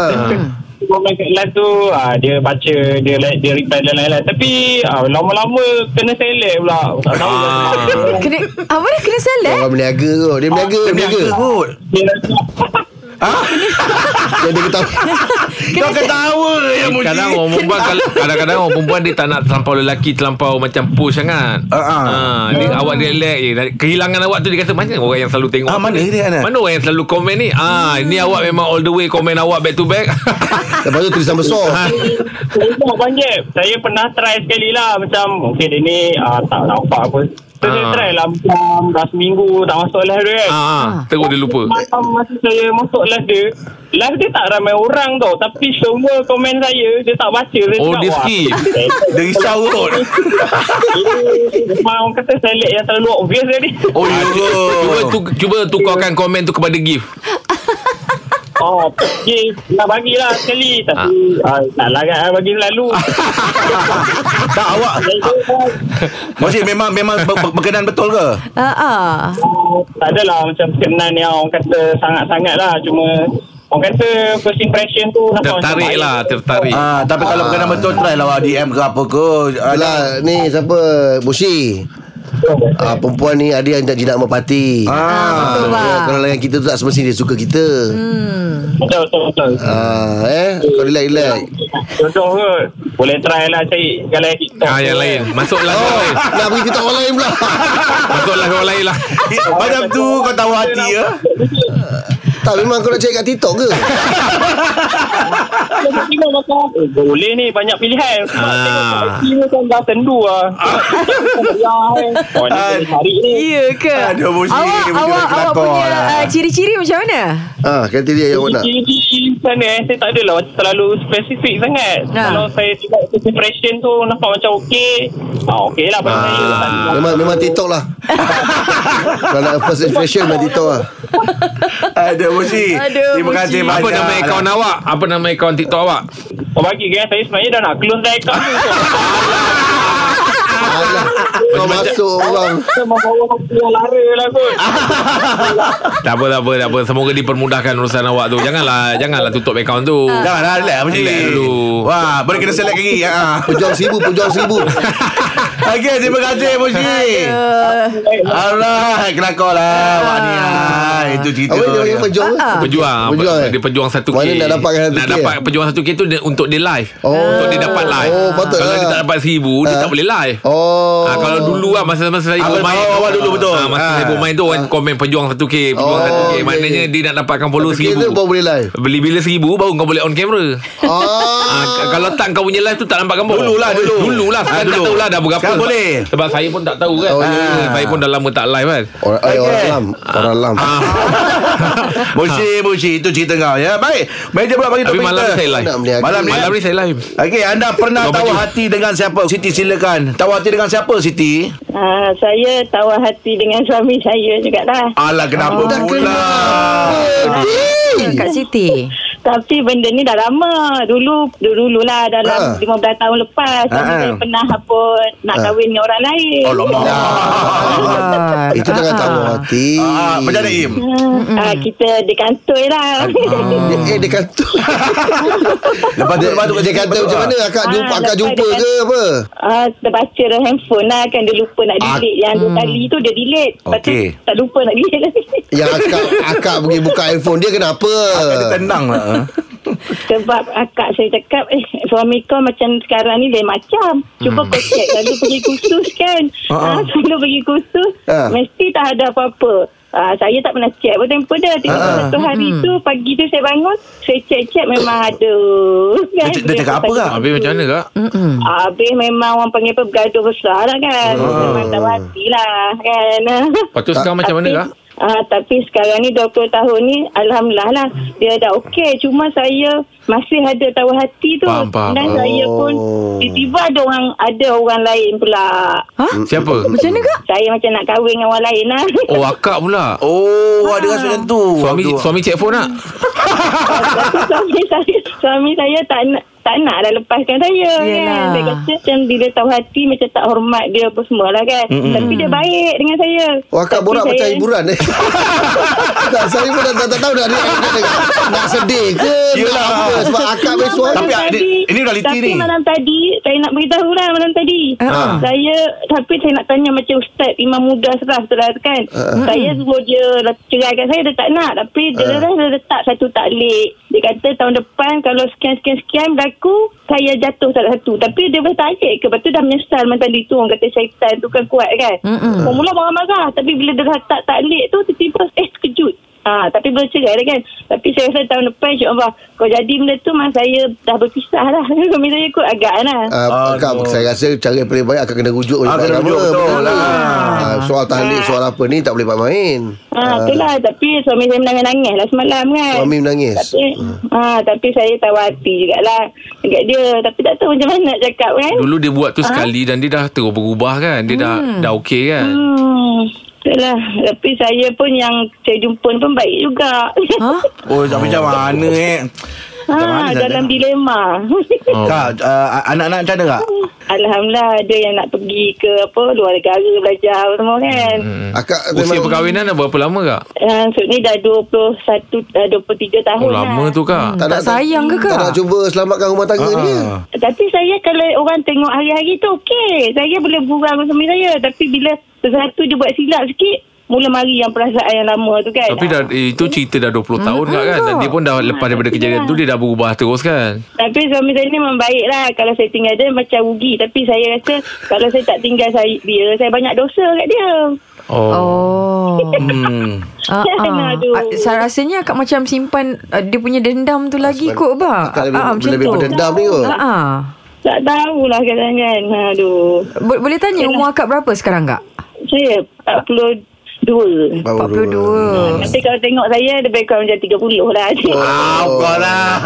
Speaker 3: Ah.
Speaker 7: Komen kat live tu ah, Dia baca Dia like, dia reply dan lain-lain Tapi ah, Lama-lama Kena select pula Tak tahu lah.
Speaker 4: Ah.
Speaker 5: Kena Apa dia kena select
Speaker 3: Orang berniaga tu Dia
Speaker 2: Dia
Speaker 3: berniaga Berniaga
Speaker 2: berniaga kot
Speaker 3: Dia ada ketawa
Speaker 2: Kau ketawa ya Muji
Speaker 4: Kadang orang perempuan kalau- Kadang-kadang orang perempuan Dia tak nak terlampau lelaki Terlampau macam push sangat
Speaker 2: Ah, ah.
Speaker 4: Ah, Dia awak relax je Kehilangan awak tu Dia kata macam mana orang yang selalu tengok
Speaker 2: Ah,
Speaker 4: aku
Speaker 2: mana
Speaker 4: ni?
Speaker 2: dia, Hmm. Anas?
Speaker 4: Mana orang yang selalu komen ni Ah, Ni awak memang all the way Komen awak back to back
Speaker 3: Lepas tu tulisan besar
Speaker 7: Tengok Bang Jeb Saya pernah try sekali lah Macam Okay dia ni ah, Tak nampak apa So saya
Speaker 4: Ah.
Speaker 7: try lah Macam Dah seminggu Tak masuk live dia kan
Speaker 4: ah, Terus dia lupa
Speaker 7: Malam masa saya masuk live dia Live dia tak ramai orang tau Tapi semua komen saya Dia tak baca Dia
Speaker 4: Oh, dia skip.
Speaker 2: Dia risau kot
Speaker 7: Memang orang kata select yang terlalu obvious tadi
Speaker 4: Oh, ya Cuba, tu, cuba tukarkan komen tu kepada GIF
Speaker 7: Oh, pergi nak bagilah sekali tapi ah. tak lah kan bagi selalu.
Speaker 2: ah. Tak awak
Speaker 7: ah,
Speaker 2: Masih memang memang ber- ber- berkenan betul ke?
Speaker 5: Ah, ah.
Speaker 7: Ah, tak adalah macam kenan yang orang kata sangat-sangat lah cuma orang kata first impression tu nampak macam
Speaker 4: Tertarik
Speaker 7: baik.
Speaker 4: lah Tertarik
Speaker 2: Ah, tapi kalau berkenan betul try lah awak DM ke apa ke. Ah,
Speaker 3: Alah Lah, ni siapa Bushi Ah, perempuan ni ada yang tak jinak merpati.
Speaker 2: Ah,
Speaker 5: betul, bang.
Speaker 3: ya, Kalau layan kita tu tak semestinya dia suka kita.
Speaker 7: Betul betul betul.
Speaker 3: Ah, eh, kau relax relax.
Speaker 4: Ya.
Speaker 7: Jodoh kot Boleh try lah cari Kalau yang TikTok
Speaker 4: Ah, yang
Speaker 7: tu.
Speaker 4: lain Masuklah ke orang
Speaker 3: Oh,
Speaker 4: lain
Speaker 3: nak pergi kita orang lain pula.
Speaker 4: Masuklah ke orang lain lah
Speaker 2: eh, Macam tu kau tahu hati ya.
Speaker 3: tak memang kau nak cari kat TikTok ke?
Speaker 7: Kalau tengok macam,
Speaker 2: ya?
Speaker 7: eh, Boleh ni banyak pilihan Sebab
Speaker 4: Ah.
Speaker 7: tengok kat IG ni kan dah tendu lah
Speaker 2: Ah.
Speaker 7: Sebab tengok kat IG ni kan dah tarik ni
Speaker 5: Ya ke
Speaker 2: Aduh, Muji,
Speaker 5: Awak
Speaker 2: Muji
Speaker 5: awak,
Speaker 2: dah
Speaker 5: awak
Speaker 2: kelakar
Speaker 5: punya
Speaker 2: lah.
Speaker 5: ah, Ciri-ciri macam mana
Speaker 3: Ah, kriteria yang awak nak.
Speaker 7: Ciri-ciri sana eh Saya tak adalah macam terlalu spesifik sangat
Speaker 5: Ah.
Speaker 7: Kalau saya tengok first impression tu Nampak macam okey ah, Okey lah bagi saya tak ada lah.
Speaker 3: Memang memang TikTok lah. Kalau nak first impression memang TikTok lah.
Speaker 2: Ada Muji.
Speaker 5: Aduh,
Speaker 2: Terima
Speaker 5: Muji.
Speaker 2: kasih banyak.
Speaker 4: Apa nama akaun awak Apa nama akaun TikTok awak
Speaker 7: Oh bagi kan Saya sebenarnya dah nak close dah account tu
Speaker 3: Alah, Ah, kau masuk orang.
Speaker 7: Saya membawa keluar lara lah kot
Speaker 2: Ah.
Speaker 4: Tak apa, tak apa, tak apa. Semoga dipermudahkan urusan awak tu. Janganlah, janganlah tutup akaun tu.
Speaker 3: Ah.
Speaker 2: Dah dah relax Muji.
Speaker 4: Relax dulu.
Speaker 2: Wah, boleh kena select lagi. Ah.
Speaker 3: Pejuang seribu, pejuang seribu.
Speaker 2: Okey, terima kasih Muji.
Speaker 5: Eh,
Speaker 2: Alright, kelakar lah awak ni. ah. Itu cerita.
Speaker 3: Apa yang dia panggil
Speaker 2: dia.
Speaker 3: pejuang?
Speaker 5: Ah, ah.
Speaker 4: Pejuang,
Speaker 3: Pejuang, eh?
Speaker 4: Dia pejuang 1K.
Speaker 3: Mana nak dapatkan 1K,
Speaker 4: Nak
Speaker 3: eh?
Speaker 4: dapat pejuang 1K tu dia, untuk dia live.
Speaker 3: Oh.
Speaker 4: Untuk dia dapat live.
Speaker 3: Oh, patut
Speaker 4: Kalau
Speaker 3: lah.
Speaker 4: dia tak dapat 1000, dia
Speaker 3: Ah.
Speaker 4: tak boleh live.
Speaker 3: Oh.
Speaker 4: Ah, kalau dulu lah masa-masa saya
Speaker 2: Abang
Speaker 4: bermain
Speaker 2: tahu awal dulu, betul.
Speaker 4: Ah, masa
Speaker 2: Ah.
Speaker 4: saya bermain tu orang komen pejuang 1K, pejuang
Speaker 3: Oh,
Speaker 4: 1K.
Speaker 3: okey,
Speaker 4: Maknanya
Speaker 3: okey.
Speaker 4: dia nak dapatkan follow
Speaker 3: Tapi
Speaker 4: 1000.
Speaker 3: kita baru boleh live.
Speaker 4: Beli bila 1000 baru kau boleh on camera. Ah,
Speaker 3: Ah.
Speaker 4: k- kalau tak kau punya live tu tak nampak gambar.
Speaker 2: Dulu lah, dulu.
Speaker 4: Dulu lah.
Speaker 2: Ah,
Speaker 4: Sekarang
Speaker 2: dulu.
Speaker 4: tak tahu lah dah berapa.
Speaker 2: Sekarang
Speaker 4: Sebab-
Speaker 2: boleh.
Speaker 4: Sebab saya pun tak tahu kan.
Speaker 3: Oh, ya,
Speaker 4: Ah,
Speaker 2: ya. Oh,
Speaker 4: Saya pun dah lama tak live kan.
Speaker 3: Orang, okay. orang lam Orang lam
Speaker 6: Ah.
Speaker 2: Muji, Muji itu cerita kau ya. Baik. Meja pula bagi
Speaker 4: Tapi
Speaker 2: topik
Speaker 4: malam ni
Speaker 2: kita.
Speaker 4: saya live.
Speaker 3: Nak beli
Speaker 2: Malam ni-
Speaker 4: Malam ni saya live.
Speaker 2: Okey, anda pernah
Speaker 4: Kau
Speaker 2: tahu
Speaker 4: maju.
Speaker 2: hati dengan siapa? Siti silakan. Tahu hati dengan siapa Siti?
Speaker 6: Ah, saya tawar hati dengan suami saya juga lah.
Speaker 2: Alah kenapa
Speaker 3: Dah
Speaker 2: pula? Ah,
Speaker 5: Eh, Kak Siti
Speaker 6: Tapi benda ni dah lama. Dulu dulu lah
Speaker 3: Ah.
Speaker 6: dalam 15 tahun lepas. Tapi
Speaker 2: Ah, ah.
Speaker 6: saya pernah apa nak kahwin dengan orang lain.
Speaker 2: Alamak.
Speaker 5: Ah,
Speaker 3: Itu jangan
Speaker 5: ah,
Speaker 3: tahu hati
Speaker 2: Ah, macam mana Im?
Speaker 6: Ah, kita di kantor lah.
Speaker 3: Dia, eh dia kata
Speaker 2: Lepas tu
Speaker 3: dia,
Speaker 2: lepas tu
Speaker 3: dia kata macam mana akak
Speaker 6: Ah,
Speaker 3: jumpa akak
Speaker 6: lepas
Speaker 3: jumpa
Speaker 6: dia
Speaker 3: ke apa?
Speaker 6: Ah, dia baca dalam handphone lah kan dia lupa nak
Speaker 3: Ah,
Speaker 6: delete yang dua kali tu dia delete. Lepas tu
Speaker 2: Okey.
Speaker 6: tak lupa nak delete lagi.
Speaker 3: Yang akak akak pergi buka handphone dia kenapa?
Speaker 2: Dia tenang lah.
Speaker 6: Sebab akak saya cakap eh suami kau macam sekarang ni lain macam. Cuba kau check lalu pergi kursus kan.
Speaker 2: Hmm. Ah, ah.
Speaker 6: Ah, sebelum pergi kursus
Speaker 3: Ah.
Speaker 6: mesti tak ada apa-apa. Ah, saya tak pernah check pun tempoh
Speaker 2: Ah,
Speaker 6: dia.
Speaker 2: ah.
Speaker 6: Tiba-tiba satu hari tu pagi tu saya bangun, saya check-check memang ada. Kan?
Speaker 2: Dia, dia cakap apa kak?
Speaker 4: Habis macam mana kak?
Speaker 6: Habis memang orang panggil
Speaker 2: Ah.
Speaker 6: apa bergaduh besar lah kan. Memang tak hati lah kan.
Speaker 4: Lepas tu sekarang macam mana
Speaker 6: Tapi-
Speaker 4: kak?
Speaker 6: Ah, tapi sekarang ni 20 tahun ni Alhamdulillah lah Dia dah okey Cuma saya Masih ada tawar hati tu
Speaker 4: Faham, faham. Oh.
Speaker 6: Dan saya pun Tiba-tiba ada orang Ada orang lain pula
Speaker 5: Ha?
Speaker 4: Siapa?
Speaker 5: Macam mana kak?
Speaker 6: Saya macam nak kahwin dengan orang lain lah
Speaker 4: Oh akak pula
Speaker 2: Oh, ada rasa macam tu.
Speaker 4: Suami
Speaker 2: Aduh.
Speaker 4: suami cek phone nak?
Speaker 6: Tapi suami saya Suami saya tak nak tak nak dah lepaskan saya
Speaker 5: Yelah.
Speaker 6: kan. Saya kata macam bila tahu hati macam tak hormat dia apa semua lah kan. Mm-hmm. Tapi dia baik dengan saya.
Speaker 3: Oh, akak
Speaker 6: Tapi
Speaker 3: borak
Speaker 6: saya-
Speaker 3: macam hiburan eh. tak, saya pun tak, tak, tak tahu nak, nak, nak, nak sedih ke
Speaker 2: Yelah.
Speaker 3: nak apa sebab akak
Speaker 6: Malam
Speaker 3: main suara.
Speaker 2: Tapi ada- ini realiti
Speaker 6: tapi
Speaker 2: ni.
Speaker 6: malam tadi saya nak beritahu lah malam tadi.
Speaker 4: Ah.
Speaker 5: Ha.
Speaker 6: Saya tapi saya nak tanya macam ustaz imam muda serah tu lah kan. Saya suruh dia cerai kat saya dia tak nak tapi dia, uh. dia letak satu taklik. Dia kata tahun depan kalau sekian-sekian sekian berlaku saya jatuh salah satu. Tapi dia bertarik ke lepas tu dah menyesal malam tadi tu orang kata syaitan tu kan kuat kan.
Speaker 5: Mm-mm.
Speaker 6: Mula marah-marah tapi bila dia letak taklik tu tiba-tiba eh terkejut. Ah, tapi boleh cerai dah kan Tapi saya rasa tahun depan InsyaAllah Kalau jadi benda tu Mas saya dah berpisah lah Suami saya kot agak lah
Speaker 3: Uh, kak,
Speaker 2: Aduh.
Speaker 3: saya rasa cara yang paling baik akak kena rujuk
Speaker 2: Ah, kena
Speaker 3: agama,
Speaker 2: rujuk, betul lah.
Speaker 3: Ah, soal tahlik, soal apa ni tak boleh main-main.
Speaker 6: ah, Itulah Tapi suami saya menangis-nangis lah semalam kan
Speaker 3: Suami menangis. Hmm.
Speaker 6: Tapi ah, Tapi saya tahu hati jugalah Dekat dia Tapi tak tahu macam mana nak cakap kan
Speaker 4: Dulu dia buat tu sekali dan dia dah terus berubah kan. Dia dah dah okey kan.
Speaker 6: hmm, Itulah Tapi saya pun yang Saya jumpa ni pun baik juga
Speaker 5: Ha?
Speaker 2: Oh, tak macam mana eh. Macam mana
Speaker 6: ha,
Speaker 2: tak
Speaker 6: Dalam
Speaker 2: ada?
Speaker 6: dilema
Speaker 4: Oh.
Speaker 2: Kak, uh, anak-anak macam mana kak?
Speaker 6: Alhamdulillah Dia yang nak pergi ke apa Luar negara Belajar apa semua kan
Speaker 4: Hmm,
Speaker 3: Akak
Speaker 4: Usia
Speaker 3: memang-
Speaker 4: perkahwinan dah berapa lama kak?
Speaker 6: Uh, so ni dah 21 uh, 23 tahun
Speaker 4: Oh lama
Speaker 6: lah.
Speaker 4: tu kak.
Speaker 5: Tak sayang ke,
Speaker 3: Tak
Speaker 5: Kak?
Speaker 3: nak cuba selamatkan rumah tangga
Speaker 2: Ah.
Speaker 3: ni. ya?
Speaker 6: Tapi saya kalau orang tengok hari-hari tu okey. Saya boleh berbual dengan suami saya. Tapi bila sesuatu dia buat silap sikit, mula mari yang perasaan yang lama tu kan.
Speaker 4: Tapi dah eh, itu cerita dah 20 tahun kak kan. Dan dia pun dah lepas daripada kejadian tu dia dah berubah terus kan.
Speaker 6: Tapi suami saya ni memang baik lah. Kalau saya tinggal dia macam rugi. Tapi saya rasa kalau saya tak tinggal saya, dia, saya banyak dosa kat dia.
Speaker 4: Oh.
Speaker 5: Oh.
Speaker 2: Hmm.
Speaker 5: Ah, ah.
Speaker 6: Aduh.
Speaker 5: Ah, Saya rasanya akak macam simpan ah, dia punya dendam tu lagi kot Ah, ba.
Speaker 3: Akak lebih, lebih berdendam ni kot.
Speaker 5: Ha ah.
Speaker 6: Tak tahulah kadang-kadang. Aduh.
Speaker 5: Bo- Boleh tanya umur akak berapa sekarang kak?
Speaker 6: lah. Saya 42.
Speaker 3: Baru dua.
Speaker 5: 42.
Speaker 6: Tapi kalau tengok saya, dia background macam 30 lah.
Speaker 2: Ah, kau lah.